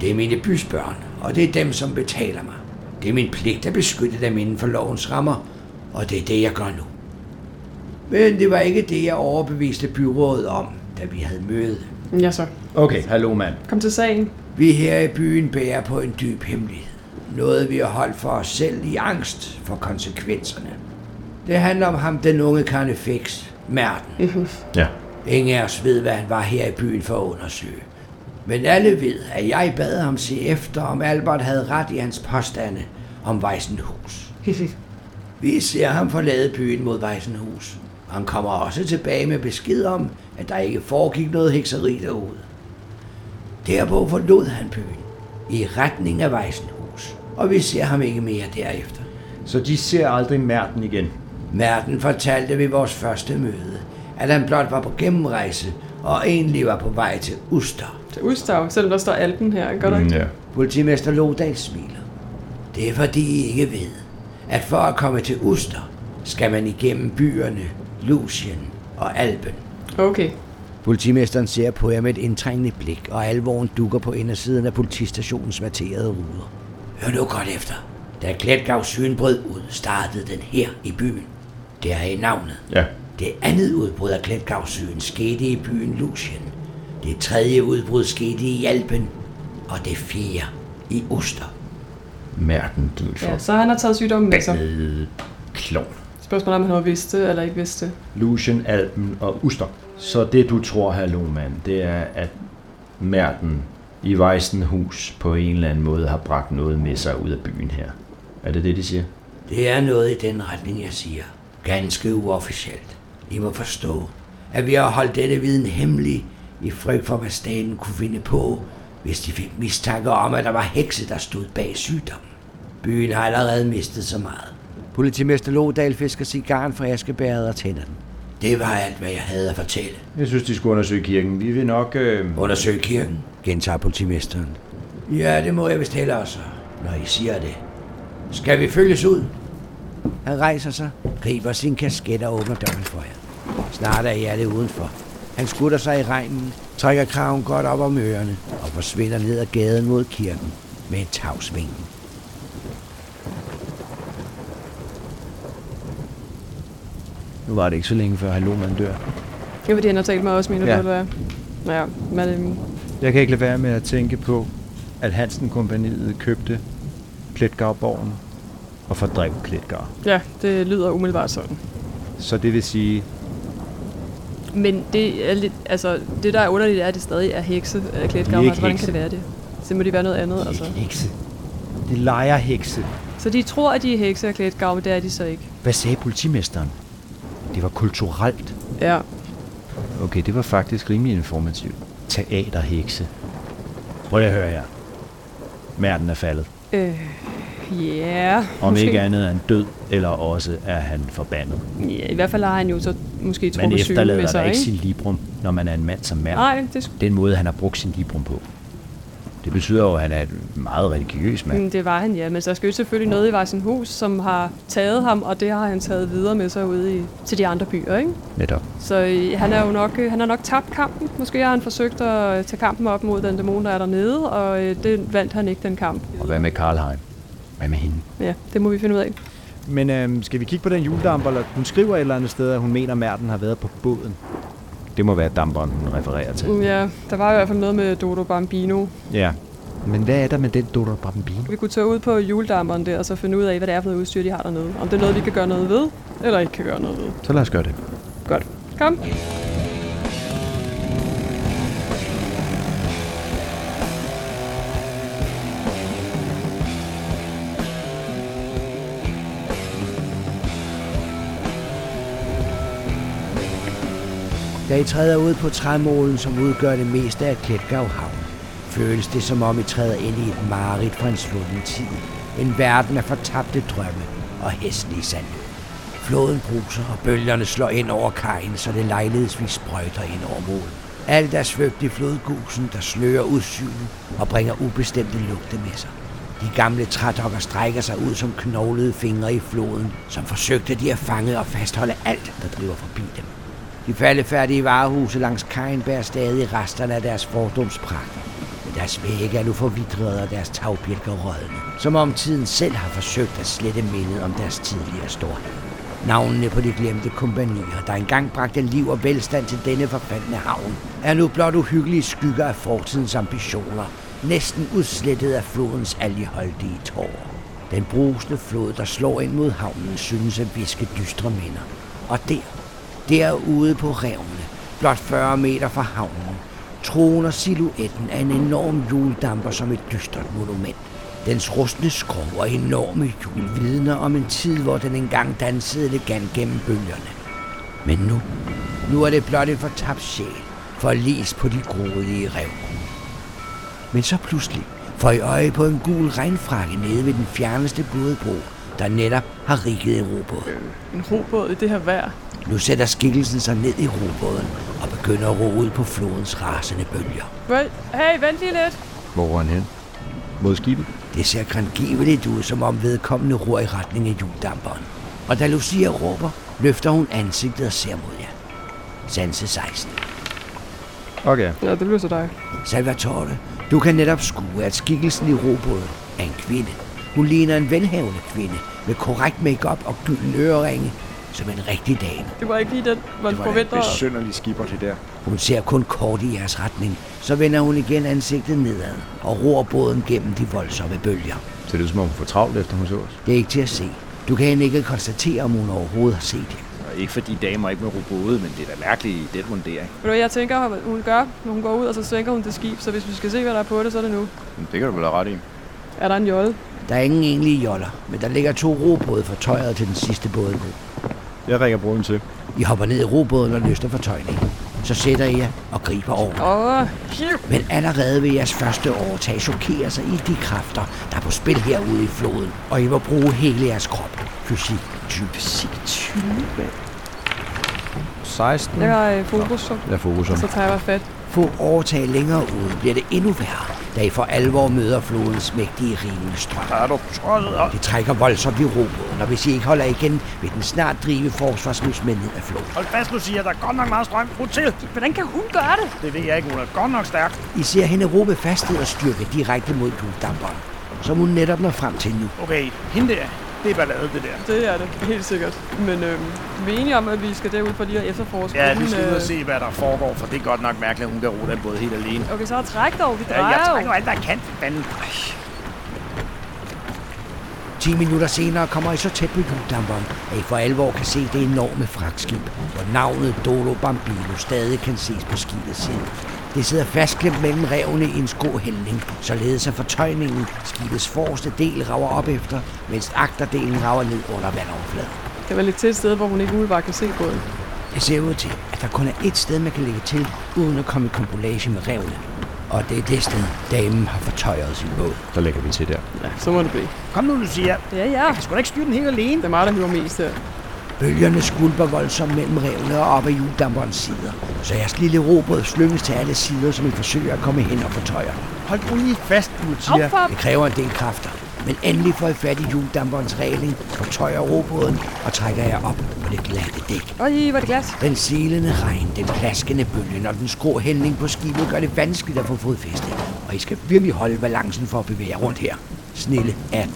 S1: Det er mine bysbørn, og det er dem, som betaler mig. Det er min pligt at beskytte dem inden for lovens rammer, og det er det, jeg gør nu. Men det var ikke det, jeg overbeviste byrådet om, da vi havde møde.
S3: Ja så.
S6: Okay, hallo mand.
S3: Kom til <laughs> sagen.
S1: Vi her i byen bærer på en dyb hemmelighed. Noget, vi har holdt for os selv i angst for konsekvenserne. Det handler om ham, den unge karnefix, Merten.
S6: Ja.
S1: Ingen af os ved, hvad han var her i byen for at undersøge. Men alle ved, at jeg bad ham se efter, om Albert havde ret i hans påstande om Weisenhus. Vi ser ham forlade byen mod Weisenhus. Han kommer også tilbage med besked om, at der ikke foregik noget hekseri derude. Derpå forlod han byen i retning af Weisenhus, og vi ser ham ikke mere derefter.
S8: Så de ser aldrig mærten igen.
S1: Merten fortalte ved vores første møde, at han blot var på gennemrejse og egentlig var på vej til Uster.
S3: Til Ustav, selvom der står Alpen her, gør der
S8: Mm,
S3: ikke?
S6: Mm, ja.
S1: Politimester Lodal smiler. Det er fordi I ikke ved, at for at komme til Uster, skal man igennem byerne Lucien og Alpen.
S3: Okay.
S1: Politimesteren ser på jer med et indtrængende blik, og alvoren dukker på indersiden af politistationens materede ruder. Hør nu godt efter. Da Kletgavs syn brød ud, startede den her i byen. Det er i navnet.
S6: Ja.
S1: Det andet udbrud af Kletgavsøen skete i byen Lucien. Det tredje udbrud skete i Alpen. Og det fjerde i Oster.
S6: Mærken, du
S3: Ja, så han har taget sygdommen med sig.
S6: forbandede klovn.
S3: Spørgsmålet er, om han har vidst det eller ikke vidst det.
S8: Lucian, Alpen og Uster. Så det du tror, hallo mand, det er, at Merten i Weisenhus på en eller anden måde har bragt noget med sig ud af byen her. Er det det, de siger?
S1: Det er noget i den retning, jeg siger. Ganske uofficielt. I må forstå, at vi har holdt denne viden hemmelig i frygt for, hvad staten kunne finde på, hvis de fik mistanke om, at der var hekse, der stod bag sygdommen. Byen har allerede mistet så meget. Politimester Lodal fisker cigaren fra askebæret og tænder den. Det var alt, hvad jeg havde at fortælle.
S8: Jeg synes, de skulle undersøge kirken. Vi vil nok... Øh...
S1: Undersøg kirken, gentager politimesteren. Ja, det må jeg vist hellere så, når I siger det. Skal vi følges ud? Han rejser sig, griber sin kasket og åbner døren for jer. Snart er I alle udenfor. Han skutter sig i regnen, trækker kraven godt op om ørerne og forsvinder ned ad gaden mod kirken med en tavsvingen.
S8: Nu var det ikke så længe før hallo mand dør.
S3: Det er fordi, han har talt med os, mener
S8: Ja.
S3: du, eller hvad? Ja, men øhm,
S8: Jeg kan ikke lade være med at tænke på, at Hansen-kompaniet købte Kletgavborgen og fordrev Kletgav.
S3: ja, det lyder umiddelbart sådan.
S8: Så det vil sige,
S3: Men det er lidt, altså, det der er underligt, er, at det stadig er hekse af
S8: ikke
S3: klædgavn. Altså, hvordan
S8: hekse.
S3: kan det være det? Så må de være noget andet, altså.
S8: hekse. De leger hekse.
S3: Så de tror, at de er hekse af klædgavn, men det er de så ikke.
S8: Hvad sagde politimesteren? Det var kulturelt.
S3: Ja,
S8: Okay, det var faktisk rimelig informativt. Teaterhekse. Prøv lige at høre her. Merten er faldet.
S3: øh, ja.
S8: Om
S3: måske.
S8: ikke andet er han død, eller også er han forbandet.
S3: Ja, i hvert fald har han jo så måske
S8: Man
S3: trukket syge med
S8: efterlader da
S3: sig,
S8: ikke
S3: ikke?
S8: sin librum, når man er en mand som Merten.
S3: Nej, det,
S8: Den måde, han har brugt sin librum på. Det betyder jo, at han er en meget religiøs mand.
S3: mm, det var han, ja. Men der skal jo selvfølgelig noget i Vejsenhus, som har taget ham, og det har han taget videre med sig ude i, til de andre byer, ikke?
S8: Netop.
S3: Så øh, han er jo nok, øh, han har nok tabt kampen. Måske har han forsøgt at øh, tage kampen op mod den dæmon, der er dernede, og øh, det vandt han ikke, den kamp.
S8: Og hvad med Karlheim? Hvad med hende?
S3: Ja, det må vi finde ud af.
S9: Men øhm, skal vi kigge på den juledamper, eller hun skriver et eller andet sted, at hun mener, at Merten har været på båden.
S8: Det må være damperen, hun refererer til.
S3: Mm, Ja, der var i hvert fald noget med Dodo Bambino.
S8: Ja.
S9: Men hvad er der med den Dodo Bambino?
S3: Vi kunne tage ud på juledammeren der, og så finde ud af, hvad det er for noget udstyr, de har dernede. Om det er noget, vi kan gøre noget ved, eller ikke kan gøre noget ved.
S8: Så lad os gøre det.
S3: Godt. Kom.
S1: Da I træder ud på træmålen, som udgør det meste af Kletgav Havn, føles det som om I træder ind i et mareridt fra en svunden tid. En verden af fortabte drømme og hæslige sand. Floden bruser, og bølgerne slår ind over kajen, så det lejlighedsvis sprøjter ind over målen. Alt er svøbt i flodgusen, der slører udsynet og bringer ubestemte lugte med sig. De gamle trædokker strækker sig ud som knoglede fingre i floden, som forsøgte de at fange og fastholde alt, der driver forbi dem. De faldefærdige varehuse langs kajen bærer stadig resterne af deres fordomspragter. Men deres vægge er nu forvidrede og deres tagbjælker rådne, som om tiden selv har forsøgt at slette mindet om deres tidligere storhed. Navnene på de glemte kompanier, der engang bragte liv og velstand til denne forfaldne havn, er nu blot uhyggelige skygger af fortidens ambitioner, næsten udslettet af flodens algeholdige tårer. Den brusende flod, der slår ind mod havnen, synes at viske dystre minder. Og der, Derude på revne, blot 40 meter fra havnen, troner silhuetten af en enorm juledamper som et dystert monument. Dens rustne skrog og enorme hjul vidner om en tid, hvor den engang dansede elegant gennem bølgerne. Men nu, nu er det blot en fortabt sjæl, forlist på de grådige rev. Men så pludselig får I øje på en gul regnfrakke nede ved den fjerneste bådebro, der netop har rigget en robåd.
S3: En robåd i det her vejr.
S1: Nu sætter skikkelsen sig ned i robåden og begynder at ro ud på flodens rasende bølger.
S3: Vel, hey, vent lige lidt.
S8: Hvor var han hen? Mod skibet?
S1: Det ser grangiveligt ud, som om vedkommende ror i retning af juldamperen. Og da Lucia råber, løfter hun ansigtet og ser mod jer. Sanse 16.
S8: Okay.
S3: Ja, det bliver så dig.
S1: Salvatore, du kan netop skue, at skikkelsen i robåden er en kvinde. Hun ligner en velhavende kvinde med korrekt makeup og gylden øreringe, som en rigtig dame.
S3: Det var ikke lige den, man
S2: Det var da en
S3: forventer.
S2: besynderlig skipper, det der.
S1: Hun ser kun kort i jeres retning, så vender hun igen ansigtet nedad og ror båden gennem de voldsomme bølger.
S6: Så det er som om hun får travlt efter hun så os.
S1: Det er ikke til at se. Du kan end ikke konstatere, om hun overhovedet har set jer.
S2: Og ikke fordi damer ikke må ro både, men det er da mærkeligt i den mundering.
S3: Ved du, hvad jeg tænker, at hun gør, når hun går ud, og så sænker hun det skib, så hvis vi skal se, hvad der er på det, så er det nu.
S2: Men det kan du vel have ret i.
S3: Er der en jolle?
S1: Der er ingen egentlige joller, men der ligger to robåde for tøjet til den sidste båd.
S9: Jeg ringer broen til.
S1: I hopper ned i robåden og løsner fortøjningen. Så sætter I jer og griber over.
S3: Åh,
S1: Men allerede ved jeres første overtag chokerer sig i de kræfter, der er på spil herude i floden. Og I må bruge hele jeres krop. Fysik, type.
S8: 16.
S3: jeg har øh, fokus, så,
S8: Jeg fokuser.
S3: så tager jeg mig fat.
S1: Få overtag længere ude bliver det endnu værre, da I for alvor møder flodens mægtige rivende strøm.
S2: Er du tosset op?
S1: Det trækker voldsomt i robåden, og hvis I ikke holder igen, vil den snart drive forsvarsløs med ned af floden.
S10: Hold fast, Lucia. Der er godt nok meget strøm. Brug til.
S3: Hvordan kan hun gøre det?
S10: Det ved jeg ikke. Hun er godt nok stærk.
S1: I ser hende råbe fasthed og styrke direkte mod gulddamperen, som hun netop når frem til nu.
S10: Okay, hende der. Det er ballade, det der.
S3: Det er det, helt sikkert. Men øh, vi er enige om, at vi skal derud for lige at efterforske.
S10: Ja,
S3: den,
S10: vi skal ud og
S3: øh,
S10: se, hvad der foregår, for det er godt nok mærkeligt, at hun kan ro den båd helt alene.
S3: Okay, så træk dog, vi
S10: Ja,
S3: drejer
S10: jeg
S3: jo.
S10: trækker alt, hvad jeg kan. Fanden. Ej,
S1: 10 minutter senere kommer I så tæt på gulddamperen, at I for alvor kan se det enorme fragtskib, hvor navnet Dolo Bambino stadig kan ses på skibets side. Det sidder fastklemt mellem revne i en skåhældning, således at fortøjningen skibets forreste del rager op efter, mens agterdelen rager ned under vandoverfladen.
S3: Det var lidt til et sted, hvor hun ikke umiddelbart kan se båden.
S1: Det ser ud til, at der kun er ét sted, man kan lægge til, uden at komme i kompolage med revne. Og det er det sted, damen har fortøjet sin båd.
S6: Der lægger vi til der.
S3: Ja, så må det blive.
S10: Kom nu, Lucia.
S3: Ja, ja.
S10: Jeg skulle da ikke styre den helt alene.
S3: Det er mig, der hiver mest her.
S1: Bølgerne skulper voldsomt mellem revne og op ad juldamperens sider, så jeres lille robåd slynges til alle sider, som I forsøger at komme hen og fortøje.
S10: Hold nu lige fast,
S3: Au,
S10: Lucia.
S3: for...
S1: Det kræver en del kræfter, men endelig får I fat i juldamperens regling, fortøjer robåden og trækker jer op på det glatte dæk.
S3: Øj, var det glas.
S1: Den silende regn, den plaskende bølge og den skrå hældning på skibet gør det vanskeligt at få fodfæste. Og I skal virkelig holde balancen for at bevæge jer rundt her. Snille 18.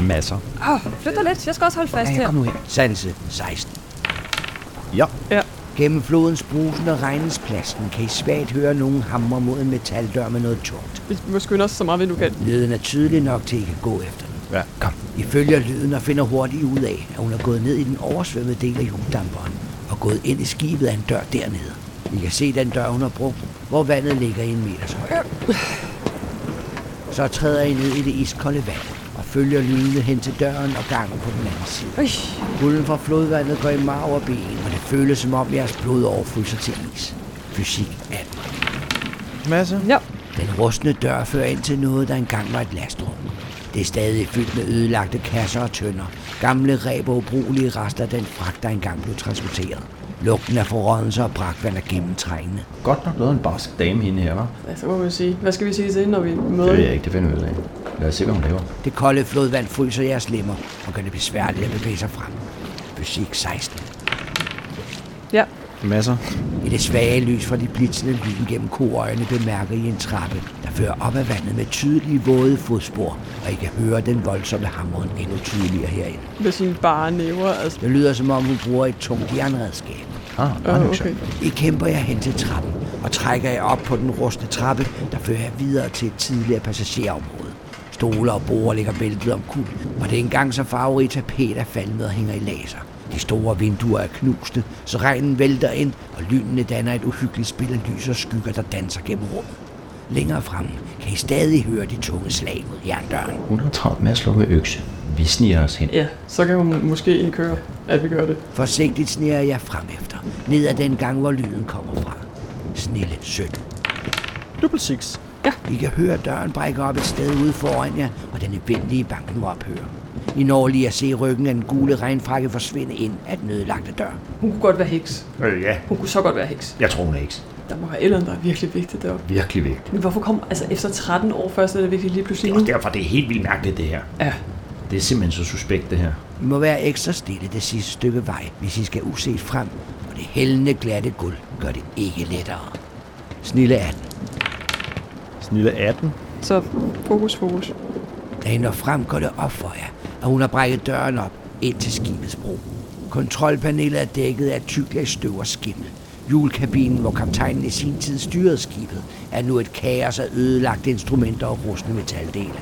S6: Masser.
S3: Åh, flyt dig lidt. Jeg skal også holde fast
S1: Ja,
S3: her.
S1: ja, kom nu her. Sanse 16.
S3: Ja.
S1: Gennem flodens brusen og regnens plasten kan I svagt høre nogen hamre mod en metaldør med noget tungt.
S3: Vi må skynde os så meget, vi nu kan.
S1: Lyden er tydelig nok til, at I kan gå efter den.
S6: Ja. Kom.
S1: I følger lyden og finder hurtigt ud af, at hun er gået ned i den oversvømmede del af hjuldamperen og gået ind i skibet af en dør dernede. I kan se den dør, hun har brugt, hvor vandet ligger i en meters højde. Så træder I ned i det iskolde vand og følger lydene hen til døren og gangen på den anden side.
S3: Øj,
S1: Kulden fra flodvandet går i marv og ben, og det føles som om jeres blod overfryser til is. Fysik 18.
S9: Masse.
S3: ja.
S1: Den rustne dør fører ind til noget, der engang var et lastrum. Det er stadig fyldt med ødelagte kasser og tønder. Gamle ræb og ubrugelige rester af den fragt, der engang blev transporteret. Lugten af forrådelse og brakvand er gennemtrængende.
S8: Godt nok noget en barsk dame hende her, Øh. var.
S3: ja, så må man sige. Altså, Hvad skal vi sige til hende, når vi møder
S8: Det ved jeg
S3: hende?
S8: ikke, det finder vi ud af. Lad os se, hvad hun laver.
S1: Det kolde flodvand fryser jeres lemmer og gør det besværligt at bevæge sig frem. Fysik 16.
S3: Ja.
S2: Masser.
S1: I det svage lys fra de blitzende lyn gennem koøjene bemærker I en trappe, der fører op ad vandet med tydelige våde fodspor, og I kan høre den voldsomme hamren endnu tydeligere herinde.
S3: Med sine bare næver. Altså.
S1: Det lyder som om, hun bruger et tungt jernredskab.
S6: Ah,
S3: Åh,
S6: uh,
S3: okay.
S6: okay.
S1: I kæmper jer hen til trappen og trækker jer op på den rustne trappe, der fører jer videre til et tidligere passagerområde. Stole og borer ligger væltet om kul, og det er engang så farverige tapet er falmet og hænger i laser. De store vinduer er knuste, så regnen vælter ind, og lynene danner et uhyggeligt spil af lys og skygger, der danser gennem rummet. Længere fremme kan I stadig høre de tunge slag mod jerndøren.
S8: Hun har travlt med at slå med økse. Vi sniger os hen.
S3: Ja, så kan hun måske indkøre, at vi gør det.
S1: Forsigtigt sniger jeg frem efter, ned ad den gang, hvor lyden kommer fra. Snille 17.
S9: Double six.
S3: Ja.
S1: I kan høre døren brække op et sted ude foran jer, og den evindelige banken ophører. I når lige at se ryggen af den gule regnfrakke forsvinde ind af den ødelagte dør.
S3: Hun kunne godt være heks.
S6: Øh, ja.
S3: Hun kunne så godt være heks.
S6: Jeg tror, hun er heks.
S3: Der må være et eller andet, der er virkelig vigtigt deroppe.
S6: Virkelig vigtigt.
S3: Men hvorfor kom, altså efter 13 år først, er det virkelig lige pludselig
S6: Og derfor er det helt vildt mærkeligt, det her.
S3: Ja.
S6: Det er simpelthen så suspekt, det her.
S1: I må være ekstra stille det sidste stykke vej, hvis I skal uset frem, og det hældende glatte guld gør det ikke lettere. Snille 18.
S5: Snille 18.
S3: Så fokus, fokus.
S1: Da I når frem, går det op for jer, at hun har brækket døren op ind til skibets bro. Kontrolpanelet er dækket af tyk lag støv og skimmel. Hjulkabinen, hvor kaptajnen i sin tid styrede skibet, er nu et kaos af ødelagte instrumenter og rustne metaldele.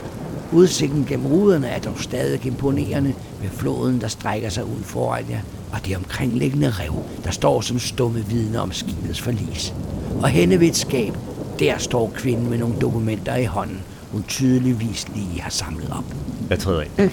S1: Udsigten gennem ruderne er dog stadig imponerende med floden, der strækker sig ud foran jer, og det omkringliggende rev, der står som stumme vidne om skibets forlis. Og henne ved et skab, der står kvinden med nogle dokumenter i hånden, hun tydeligvis lige har samlet op.
S6: Jeg træder ind.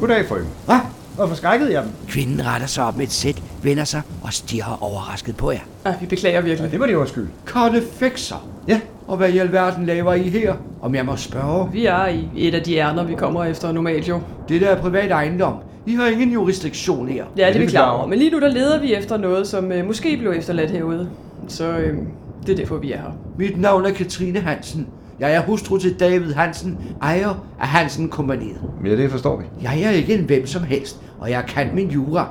S5: Goddag, frøken. Hvad? Hvorfor skrækkede jeg dem?
S1: Kvinden retter sig op med et sæt, vender sig og stiger overrasket på jer.
S3: Ej, Ah, vi beklager
S5: Ja,
S3: virkelig.
S5: det var det undskyld.
S1: Karnefekser!
S5: Ja.
S1: Og hvad i alverden laver I her? Om jeg må spørge.
S3: Vi er i et af de ærner, vi kommer efter normalt jo.
S1: Det der er privat ejendom. I har ingen jurisdiktion her.
S3: Ja, det er
S5: det
S3: vi
S5: er
S3: klar
S5: klar
S3: over.
S5: over.
S3: Men lige nu, der leder vi efter noget, som øh, måske blev efterladt herude. Så øh, det er derfor, vi er her.
S1: Mit navn er Katrine Hansen. Jeg er hustru til David Hansen, ejer af Hansen Kompaniet.
S8: Ja, det forstår vi.
S1: Jeg er ikke en hvem som helst, og jeg kan min jura.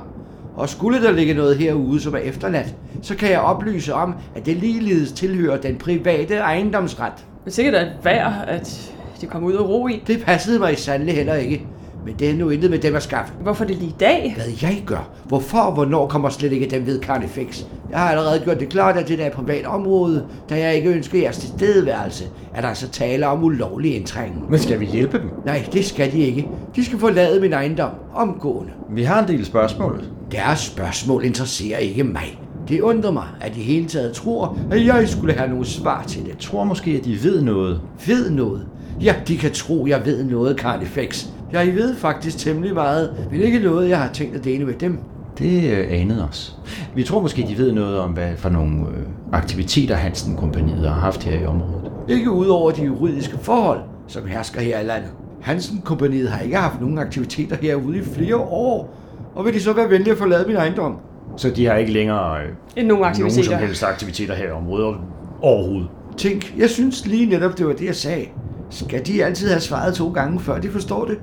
S1: Og skulle der ligge noget herude, som er efterladt, så kan jeg oplyse om, at det ligeledes tilhører den private ejendomsret.
S3: Men sikkert er det værd, at de kommer ud og ro i.
S1: Det passede mig sandelig heller ikke. Men det er nu intet med dem at skaffe.
S3: Hvorfor er det lige i dag?
S1: Hvad jeg gør? Hvorfor og hvornår kommer slet ikke dem ved Carnifex? Jeg har allerede gjort det klart, at det der er et privat område, da jeg ikke ønsker jeres tilstedeværelse, er der altså tale om ulovlig indtrængen.
S5: Men skal vi hjælpe dem?
S1: Nej, det skal de ikke. De skal forlade min ejendom omgående.
S8: Vi har en del spørgsmål.
S1: Deres spørgsmål interesserer ikke mig. Det undrer mig, at de hele taget tror, at jeg skulle have nogle svar til det.
S8: Jeg tror måske, at de ved noget.
S1: ved noget. Ja, de kan tro, jeg ved noget, Carnifex. Jeg ved faktisk temmelig meget, men ikke noget, jeg har tænkt at dele med dem.
S8: Det øh, anede os. Vi tror måske, de ved noget om, hvad for nogle øh, aktiviteter Hansen-kompaniet har haft her i området.
S1: Ikke udover de juridiske forhold, som hersker her i landet. Hansen-kompaniet har ikke haft nogen aktiviteter herude i flere år, og vil de så være venlige at forlade min ejendom?
S6: Så de har ikke længere øh,
S3: End nogle
S6: nogen
S3: aktiviteter.
S6: som helst aktiviteter her i området overhovedet.
S1: Tænk, jeg synes lige netop, det var det, jeg sagde. Skal de altid have svaret to gange, før de forstår det?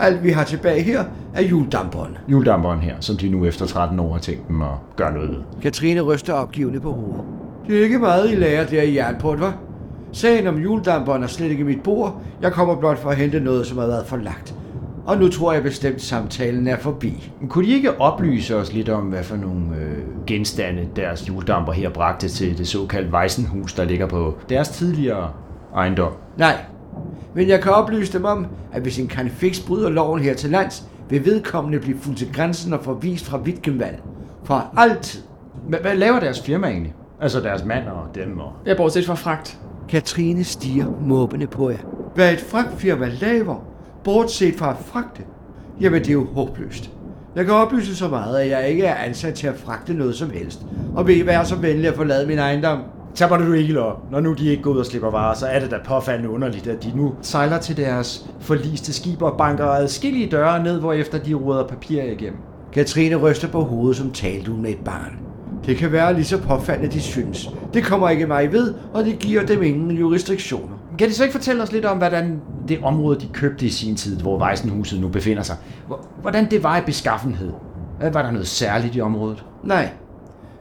S1: Alt vi har tilbage her er juldamperen.
S8: Hjuldamperen her, som de nu efter 13 år har tænkt dem at gøre noget ved.
S1: Katrine ryster opgivende på hovedet. Det er ikke meget, I lærer der i Jernport, var. Sagen om juledamperen er slet ikke mit bord. Jeg kommer blot for at hente noget, som har været forlagt. Og nu tror jeg bestemt, samtalen er forbi.
S8: Kunne de ikke oplyse os lidt om, hvad for nogle øh, genstande deres hjuldamper her bragte til det såkaldte Weissenhus, der ligger på deres tidligere ejendom?
S1: Nej, men jeg kan oplyse dem om, at hvis en kanfix bryder loven her til lands, vil vedkommende blive fuldt til grænsen og forvist fra Wittgenvald. For altid.
S8: Hvad, hvad laver deres firma egentlig? Altså deres mand og dem og...
S3: Jeg bortset fra fragt.
S1: Katrine stiger måbende på jer. Hvad et fragtfirma laver, bortset fra at fragte, jamen det er jo håbløst. Jeg kan oplyse så meget, at jeg ikke er ansat til at fragte noget som helst, og vil I være så venlig at forlade min ejendom.
S5: Tapper du ikke op. Når nu de ikke går ud og slipper varer, så er det da påfaldende underligt, at de nu sejler til deres forliste skib og banker adskillige døre ned, hvor efter de ruder papir igennem.
S1: Katrine ryster på hovedet, som talte hun med et barn. Det kan være lige så påfaldende, de synes. Det kommer ikke mig ved, og det giver dem ingen jurisdiktioner.
S8: Kan de så ikke fortælle os lidt om, hvordan det område, de købte i sin tid, hvor Weissenhuset nu befinder sig, hvor- hvordan det var i beskaffenhed? Hvad Var der noget særligt i området?
S1: Nej.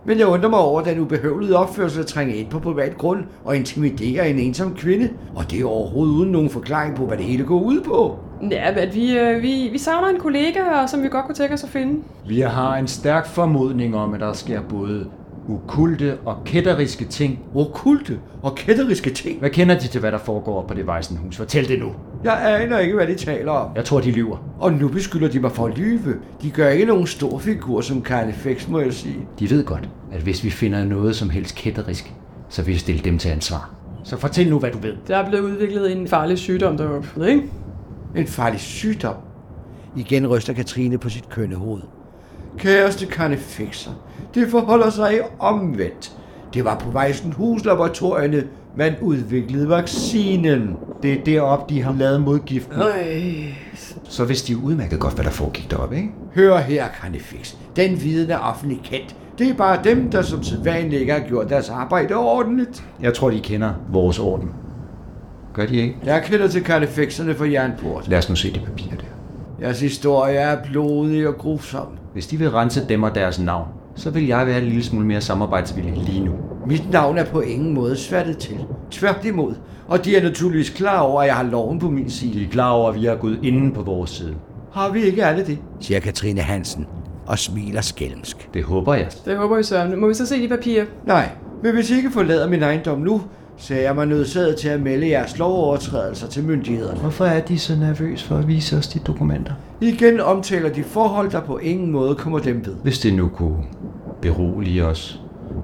S1: Men jeg undrer mig over den ubehøvlede opførsel at trænge ind på privat grund og intimidere en ensom kvinde. Og det er overhovedet uden nogen forklaring på, hvad det hele går ud på.
S3: Ja, men at vi, øh, vi, vi savner en kollega, som vi godt kunne tænke os at finde.
S8: Vi har en stærk formodning om, at der sker både ukulte og kætteriske ting.
S1: Okulte og kætteriske ting.
S8: Hvad kender de til, hvad der foregår på det Weissenhus? Fortæl det nu.
S1: Jeg aner ikke, hvad de taler om.
S8: Jeg tror, de lyver.
S1: Og nu beskylder de mig for at lyve. De gør ikke nogen stor figur som Karl Fix, må jeg sige.
S8: De ved godt, at hvis vi finder noget som helst kætterisk, så vil vi stille dem til ansvar. Så fortæl nu, hvad du ved.
S3: Der er blevet udviklet en farlig sygdom deroppe, ikke?
S1: En farlig sygdom. Igen ryster Katrine på sit kønne hoved. Kæreste karnefixer, det forholder sig omvendt.
S11: Det var på Weissenhus-laboratorierne, man udviklede vaccinen.
S5: Det er derop, de har lavet modgiften.
S3: Øh.
S7: Øj.
S11: Så vidste de udmærket godt, hvad der foregik deroppe, ikke? Hør her, Carnifex. Den viden er offentlig kendt. Det er bare dem, der som sædvanligt ikke har gjort deres arbejde ordentligt.
S5: Jeg tror, de kender vores orden.
S11: Gør de ikke? Jeg kender til Carnifexerne fra Jernport.
S8: Lad os nu se de papirer der.
S11: Jeres historie er blodig og grusom.
S8: Hvis de vil rense dem og deres navn, så vil jeg være en lille smule mere samarbejdsvillig lige nu.
S11: Mit navn er på ingen måde svært til. Tværtimod. Og de er naturligvis klar over, at jeg har loven på min side.
S8: De er klar over, at vi er gået inden på vores side.
S11: Har vi ikke alle det?
S1: siger Katrine Hansen og smiler skælmsk.
S8: Det håber jeg.
S3: Det håber vi så. Må vi så se de papirer?
S11: Nej, men hvis I ikke forlader min ejendom nu, så er jeg mig nødsaget til at melde jeres lovovertrædelser til myndighederne.
S8: Hvorfor er de så nervøs for at vise os de dokumenter?
S11: Igen omtaler de forhold, der på ingen måde kommer dem ved.
S8: Hvis det nu kunne berolige os.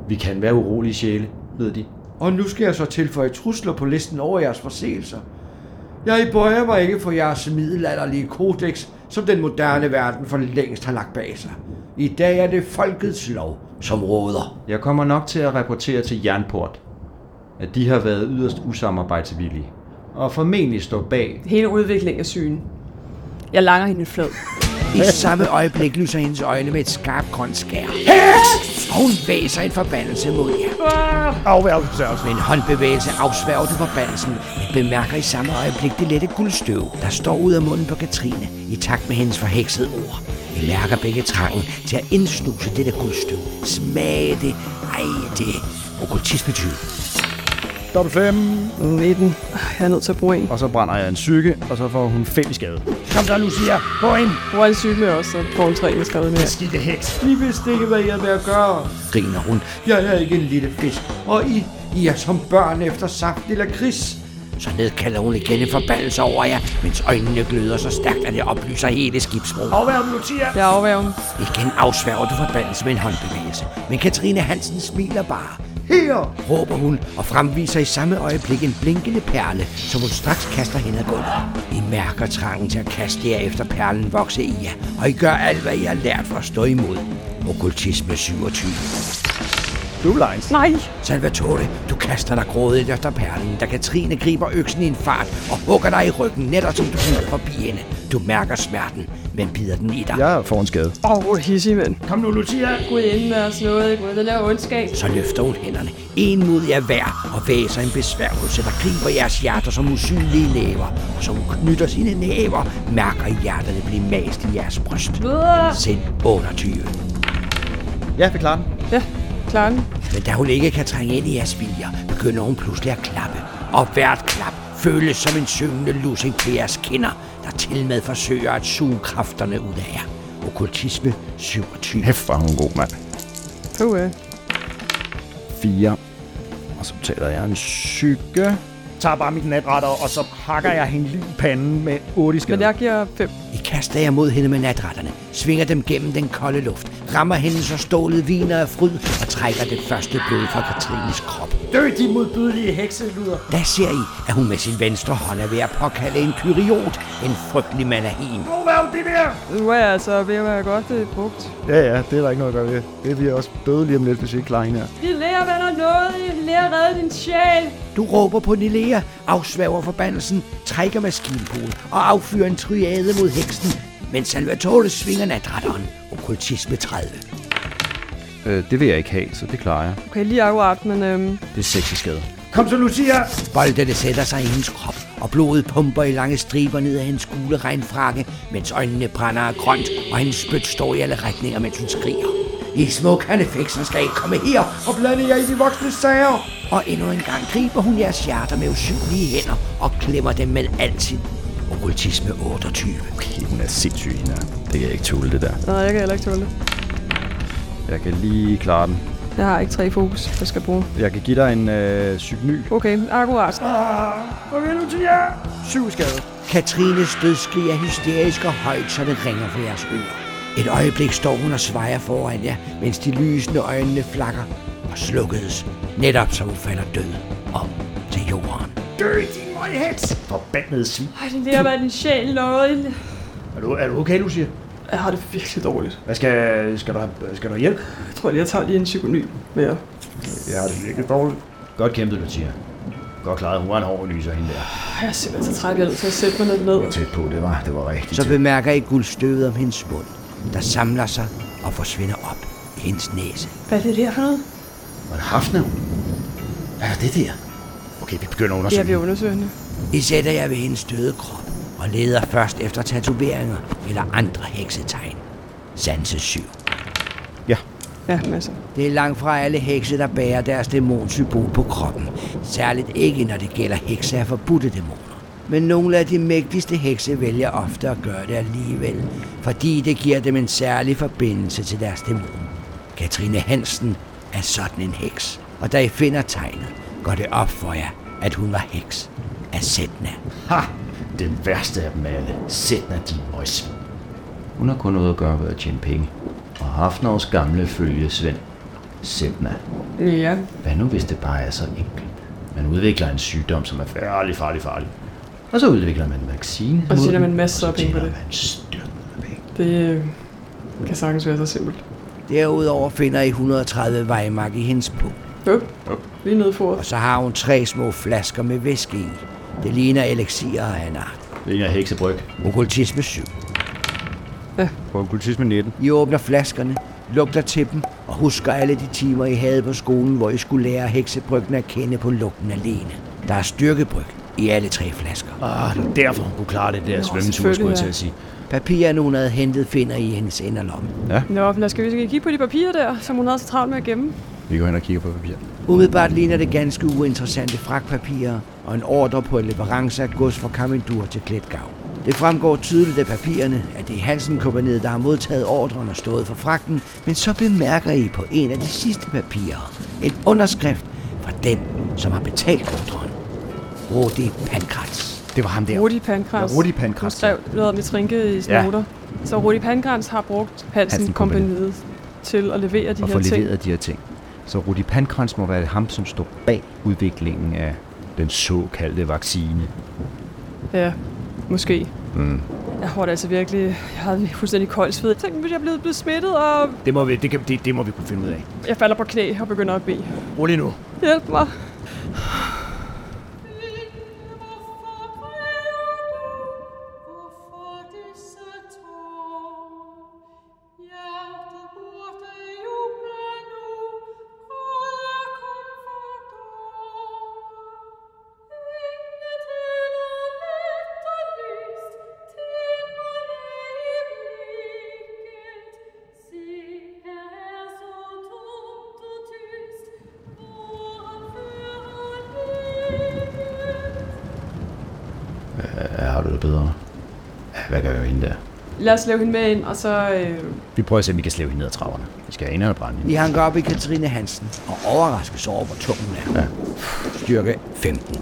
S8: Vi kan være urolige sjæle, ved de.
S11: Og nu skal jeg så tilføje trusler på listen over jeres forseelser. Jeg bøjer mig ikke for jeres middelalderlige kodex, som den moderne verden for længst har lagt bag sig. I dag er det folkets lov, som råder.
S8: Jeg kommer nok til at rapportere til Jernport, at de har været yderst usamarbejdsvillige, og formentlig står bag.
S3: Hele udviklingen af sygen. Jeg langer hende en flad.
S1: I samme øjeblik lyser hendes øjne med et skarpt grønt skær. Heks! Og hun væser en forbandelse mod jer. Med en håndbevægelse afsværger du forbandelsen. Jeg bemærker i samme øjeblik det lette guldstøv, der står ud af munden på Katrine i takt med hendes forheksede ord. I mærker begge trangen til at indsnuse dette guldstøv. Smage det. Ej, det er okkultismetyv.
S9: Dobbelt 5.
S3: 19. Jeg er nødt til at bruge en.
S9: Og så brænder jeg en psyke, og så får hun fem i skade. Kom så, Lucia. Gå ind.
S3: Bruger en syg med os, så får hun tre med skrevet med.
S9: Skidte heks.
S11: I vidste ikke, hvad I havde med at gøre.
S1: Griner hun.
S11: Jeg er ikke en lille fisk, og I, I er som børn efter saft eller kris.
S1: Så nedkalder hun igen en forbandelse over jer, mens øjnene gløder så stærkt, at det oplyser hele skibsbroen.
S9: Afværm, Lucia.
S3: Jeg afværger dem.
S1: Igen afsværger du forbandelsen med en håndbevægelse, men Katrine Hansen smiler bare.
S11: Her!
S1: råber hun og fremviser i samme øjeblik en blinkende perle, som hun straks kaster hen ad gulvet. I mærker trangen til at kaste jer efter perlen vokse i jer, og I gør alt, hvad I har lært for at stå imod. Okkultisme 27.
S9: Blue lines.
S3: Nej,
S1: Salvatore, du kaster dig grådigt efter perlen, da Katrine griber øksen i en fart og hugger dig i ryggen, netop som du glider forbi hende. Du mærker smerten, men bider den i dig.
S9: Jeg får en skade.
S3: åh, oh, hissig, mand.
S9: Kom nu, Lucia.
S3: Gud inden med os noget, Gud, den laver ondskab.
S1: Så løfter hun hænderne, en mod jer hver, og væser en besværgelse, der griber jeres hjerter som usynlige næver. Og som knytter sine næver, mærker I hjerterne blive mast i jeres bryst. Sind 28.
S9: Ja, vi klarer den.
S3: Ja, klarer den.
S1: Men da hun ikke kan trænge ind i jeres viljer, begynder hun pludselig at klappe. Og hvert klap føles som en syngende lussing på jeres kinder, der til med forsøger at suge kræfterne ud af jer. Okkultisme 27.
S6: Hæft var hun god, mand.
S3: Puh, ja.
S6: 4. Og så betaler jeg en psyke.
S9: Tager bare mit natretter, og så hakker jeg hende lige i panden med 8 skade.
S3: Men jeg giver fem.
S1: I kaster jer mod hende med natretterne, svinger dem gennem den kolde luft, rammer hende så stålet viner af fryd og trækker det første blod fra Katrines krop.
S10: Dø de modbydelige hekseluder.
S1: Da ser I, at hun med sin venstre hånd er ved at påkalde en kyriot, en frygtelig manahin.
S3: Nu er jeg altså ved at være godt øh, brugt.
S12: Ja, ja, det er der ikke noget at gøre ved. Det bliver også døde lige om lidt, hvis vi ikke klarer hende her.
S3: Vi lærer, hvad der er noget. Vi lærer at redde din sjæl.
S1: Du råber på Nilea, afsvæver forbandelsen, trækker maskinpolen og affyrer en triade mod heksen, mens Salvatore svinger natretteren. Okkultisme 30.
S8: Øh, det vil jeg ikke have, så det klarer jeg.
S3: Okay, lige akkurat, men øhm,
S8: Det er 6 i skade.
S5: Kom så, Lucia.
S1: Boldene sætter sig i hendes krop, og blodet pumper i lange striber ned af hendes gule regnfrakke, mens øjnene brænder af grønt, og hendes spyt står i alle retninger, mens hun skriger. I små kanefekser skal I komme her,
S5: Og blande jer i de voksne sager.
S1: og endnu en gang griber hun jeres hjerter med usynlige hænder og klemmer dem med al sin okkultisme 28.
S6: Okay, hun er sindssyg, hende her. Det kan jeg ikke tåle, det der.
S3: nej, jeg kan heller ikke tåle det.
S8: Jeg kan lige klare den.
S3: Jeg har ikke tre fokus, jeg skal bruge.
S9: Jeg kan give dig en øh, psykny.
S3: Okay, akkurat.
S9: Syv skade.
S1: Katrines dødskrig er hysterisk og højt, så det ringer for jeres ører. Et øjeblik står hun og svejer foran jer, mens de lysende øjnene flakker og slukkes, netop som hun falder død om til jorden.
S5: Forbandede svin.
S3: Ej, det lærer, hvad din sjæl lovede.
S5: Er du, er du okay, Lucia?
S3: Jeg har det virkelig dårligt.
S5: Hvad skal, skal, du, have, skal du have hjælp?
S3: Jeg tror lige, jeg tager lige en psykony mere.
S12: Jeg har det virkelig dårligt.
S8: Godt kæmpet, Lucia. Godt klaret. Hun var en hård lyser, hende der.
S3: Jeg er simpelthen så træt, jeg er nødt til at sætte mig lidt ned.
S8: Det var tæt på, det var, det var rigtigt.
S1: Så bemærker I guldstøvet om hendes mund, der samler sig og forsvinder op i hendes næse.
S3: Hvad er det der for noget?
S8: Var det haftnavn? Hvad er det der? Okay, vi begynder at undersøge.
S3: Ja, vi undersøger hende.
S1: I sætter jer ved hendes døde krop og leder først efter tatoveringer eller andre heksetegn. Sanse 7.
S6: Ja.
S3: Ja, masser.
S1: Det er langt fra alle hekse, der bærer deres dæmonsymbol på kroppen. Særligt ikke, når det gælder hekse af forbudte dæmoner. Men nogle af de mægtigste hekse vælger ofte at gøre det alligevel, fordi det giver dem en særlig forbindelse til deres dæmon. Katrine Hansen er sådan en heks, og da I finder tegnet, går det op for jer, at hun var heks af Setna.
S8: Ha! Den værste af dem alle. Sætna din møjs. Hun har kun noget at gøre ved at tjene penge. Og Hafnavs gamle følgesvend, Sætna.
S3: Ja.
S8: Hvad nu, hvis det bare er så enkelt? Man udvikler en sygdom, som er farlig, farlig, farlig. Og så udvikler man en vaccine.
S3: Og så
S8: mod
S3: tjener
S8: den,
S3: man masser
S8: og
S3: af
S8: så
S3: penge på
S8: tjener
S3: det.
S8: man styrtende med penge.
S3: Det øh, kan sagtens være så simpelt.
S1: Derudover finder I 130 vejmark i hendes pung.
S3: Øp, vi er nødforet.
S1: Og så har hun tre små flasker med væske i. Det ligner elixirer af en art.
S8: Det ligner heksebryg.
S1: Okkultisme 7.
S3: Ja.
S1: På okkultisme 19. I åbner flaskerne, lugter til dem og husker alle de timer, I havde på skolen, hvor I skulle lære heksebryggen at kende på lugten alene. Der er styrkebryg i alle tre flasker.
S8: Ah, det er derfor, hun kunne klare det der svømmetur, skulle jeg til at sige.
S1: Papirerne, hun havde hentet, finder I i hendes inderlomme.
S6: Ja,
S3: Nå, men lad os skal vi skal kigge på de papirer der, som hun havde så travlt med at gemme.
S6: vi går hen og kigger på papir.
S1: Umiddelbart ligner det ganske uinteressante fragtpapirer og en ordre på en leverance af gods fra Kamindur til Kletgav. Det fremgår tydeligt af papirerne, at det er Hansen kompaniet der har modtaget ordren og stået for fragten, men så bemærker I på en af de sidste papirer en underskrift fra den, som har betalt ordren. Rudi Pankrats.
S6: Det var ham der.
S3: Rudi Pankrans.
S6: Ja, Rudi Pankrans,
S3: Hun skrev noget om det trænke i sine
S6: Ja.
S3: noter. Så Rudi Pankrans har brugt Hansen
S6: Hansen Kompagniet.
S3: Kompaniet til at levere de
S6: og
S3: her
S6: få
S3: ting.
S6: leveret de her ting. Så Rudi Pankrans må være ham, som står bag udviklingen af den såkaldte vaccine.
S3: Ja, måske.
S6: Mm.
S3: Jeg har det altså virkelig... Jeg havde fuldstændig kold sved. Tænk, hvis jeg blev blevet smittet, og
S6: Det må vi, det, kan, det, det må vi kunne finde ud af.
S3: jeg falder på knæ og begynder at bede.
S6: Rolig nu.
S3: Hjælp mig.
S8: Ja, har du det bedre? Ja, hvad gør jeg hende der?
S3: Lad os lave hende med ind, og så... Øh,
S8: Vi prøver at se, om vi kan slæve hende ned ad traverne. Vi skal have hende og brænde hende.
S1: I hanker op i Katrine Hansen og overraskes over, hvor tung hun er. Ja. Styrke 15.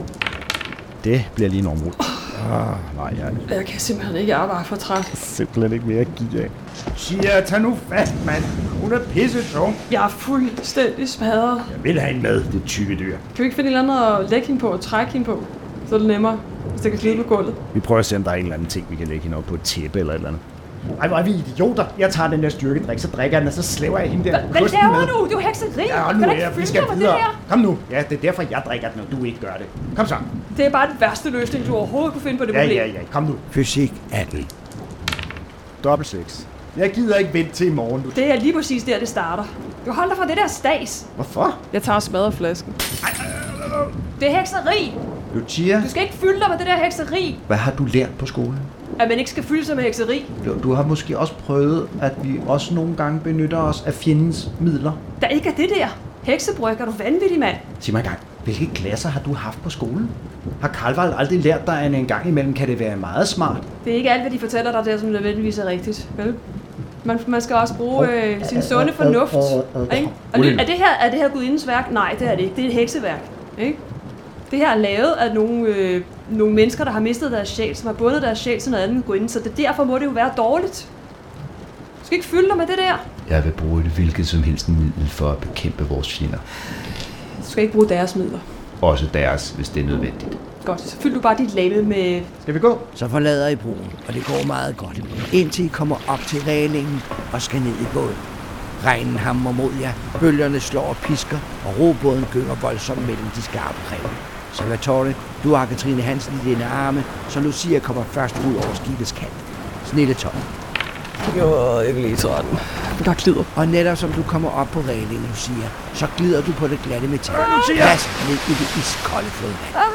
S6: Det bliver lige en område. Ah, nej, jeg er
S3: jeg kan simpelthen ikke arbejde for træt.
S6: simpelthen ikke mere at give af.
S10: Tia, tag nu fast, mand. Hun er pisse tung.
S3: Jeg er fuldstændig smadret.
S10: Jeg vil have en med, det tykke dyr.
S3: Kan vi ikke finde et eller andet at lægge hende på og trække hende på? Så er det nemmere, hvis det kan glide på gulvet.
S6: Vi prøver at se, om der er en eller anden ting, vi kan lægge hende op på et tæppe eller et eller andet.
S10: Ej, hvor er vi idioter. Jeg tager den der styrkedrik, så drikker jeg den, og så slæver jeg hende der
S13: Hvad
S10: kusten
S13: laver
S10: med.
S13: du? Det er jo hekseri.
S10: Ja, og
S13: Kan
S10: nu
S13: du
S10: er
S13: ikke
S10: jeg, vi
S13: fylde
S10: skal
S13: dig med
S10: videre.
S13: Det,
S10: Kom nu. Ja, det er derfor, jeg drikker den, og du ikke gør det. Kom så.
S3: her? det er bare den værste løsning, du overhovedet kunne finde på det
S10: Ja,
S3: problem.
S10: ja, ja. Kom nu.
S1: Fysik 18.
S10: Dobbelt 6. Jeg gider ikke vente til i morgen, du.
S13: det er lige præcis der, det starter. Du holder fra det der stas.
S10: Hvorfor?
S3: Jeg tager smadret flasken.
S13: Det er hekseri.
S8: Lucia,
S13: Du skal ikke fylde dig med det der hekseri.
S8: hvad har du lært på skolen?
S13: At man ikke skal fylde sig med hekseri.
S8: Du, du har måske også prøvet, at vi også nogle gange benytter os af fjendens midler.
S13: Der ikke er det der. Heksebryg, er du vanvittig, mand?
S8: Sig mig engang, hvilke klasser har du haft på skolen? Har Karlvald aldrig lært dig, at en gang imellem kan det være meget smart?
S13: Det er ikke alt, hvad de fortæller dig der, som nødvendigvis er rigtigt, vel? Man, man skal også bruge øh, sin sunde fornuft. Ikke? Og lyt, er det her, er det her gudindens værk? Nej, det er det ikke. Det er et hekseværk. Ikke? Det her er lavet af nogle, øh, nogle mennesker, der har mistet deres sjæl, som har bundet deres sjæl til noget andet end gudinde, så det, derfor må det jo være dårligt. Du skal ikke fylde dig med det der.
S8: Jeg vil bruge et hvilket som helst middel for at bekæmpe vores fjender.
S13: Du skal ikke bruge deres midler.
S8: Også deres, hvis det er nødvendigt.
S13: Godt, så fyld du bare dit label med...
S1: Skal vi gå? Så forlader I broen, og det går meget godt, indtil I kommer op til reglingen og skal ned i båden. Regnen hammer mod jer, bølgerne slår og pisker, og robåden gynger voldsomt mellem de skarpe grene. Salvatore, du har Katrine Hansen i dine arme, så Lucia kommer først ud over skibets kant. Snille Tom.
S7: Jeg var ikke lige sådan.
S1: Der glider. Og netop som du kommer op på reglingen, Lucia, så glider du på det glatte metal.
S3: Lucia!
S1: Fast ned i det iskolde flodvand.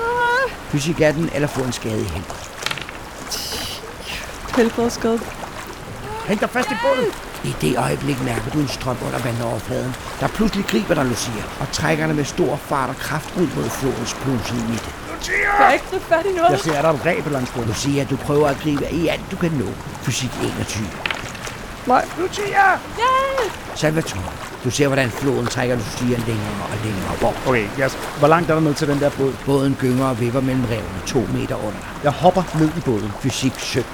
S1: Fysikatten eller få en skade i helvede.
S3: Helbredsskade.
S1: Hæng dig fast i båden! I det øjeblik mærker du en strøm under vandoverfladen, der pludselig griber dig, Lucia, og trækker dig med stor fart og kraft ud mod flodens blusede midte.
S3: Jeg kan ikke gribe fat i noget.
S1: ser, der er et ræb langs båden. Lucia, du prøver at gribe i alt, du kan nå. Fysik 21.
S3: Nej. Lucia! Ja!
S1: Salvatore, du ser, hvordan floden trækker Lucia længere og længere bort.
S9: Okay, jeg, hvor langt er der ned til den der båd?
S1: Båden gynger og vipper mellem revene to meter under dig.
S9: Jeg hopper ned i båden.
S1: Fysik 17.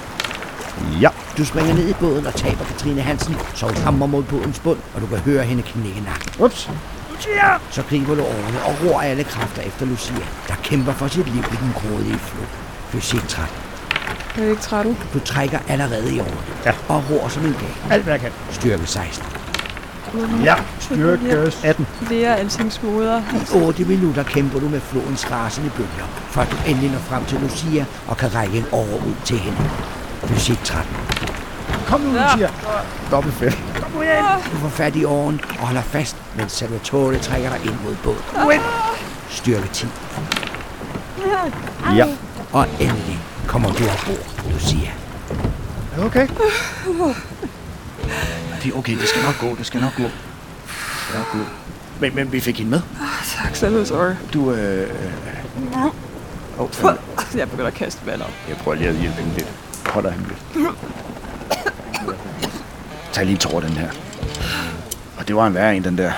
S9: Ja.
S1: Du springer ned i båden og taber Katrine Hansen, så hun hammer mod bådens bund, og du kan høre hende knække nakken.
S9: Ups.
S1: Lucia! Så griber du årene og roer alle kræfter efter Lucia, der kæmper for sit liv i den grådige flod. Fysik 13.
S3: Jeg er ikke 13.
S1: Du trækker allerede i årene
S9: ja.
S1: og roer som en gal.
S9: Alt hvad jeg kan.
S1: Styrke 16.
S9: Ja, styrke 18.
S3: Lære altings moder.
S1: I 8 minutter kæmper du med flodens rasende bølger, for at du endelig når frem til Lucia og kan række en over ud til hende. Fysik 13.
S9: Kom nu, Lucia.
S1: Dobbelt fedt.
S9: Kom nu ind.
S1: Du får fat i åren og holder fast, mens Salvatore trækker dig ind mod båden.
S9: Nu ind.
S1: Styrke 10.
S9: Ja.
S1: Og endelig kommer du ombord, Lucia.
S9: Er du okay?
S14: Det er okay, det skal nok gå, det skal nok gå. Det skal nok gå. Men, men vi fik hende med.
S3: Tak, Salvatore.
S14: Du, øh... Oh,
S3: Jeg begynder at kaste vand op.
S14: jeg prøver lige at hjælpe hende lidt. Hold dig hende lidt. Tag lige en tår, den her. Og det var en værre en, den der.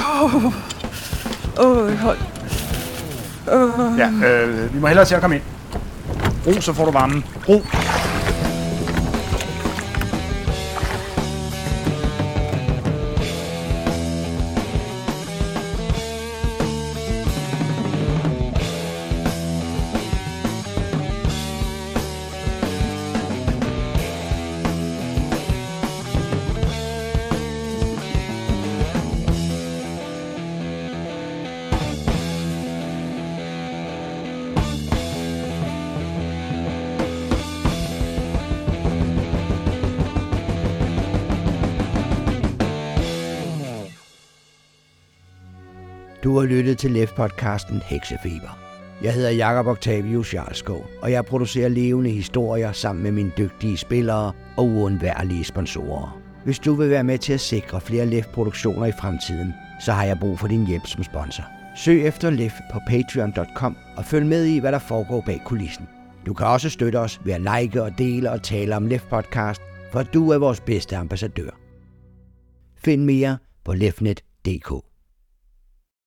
S3: Åh, oh. oh, hold. Oh.
S14: Ja, øh, vi må hellere se at komme ind. Ro, så får du varmen. Ro.
S1: Du har lyttet til LEF-podcasten Heksefeber. Jeg hedder Jakob Octavius Jarlskov, og jeg producerer levende historier sammen med mine dygtige spillere og uundværlige sponsorer. Hvis du vil være med til at sikre flere LEF-produktioner i fremtiden, så har jeg brug for din hjælp som sponsor. Søg efter LEF på patreon.com og følg med i, hvad der foregår bag kulissen. Du kan også støtte os ved at like og dele og tale om LEF-podcast, for du er vores bedste ambassadør. Find mere på lefnet.dk.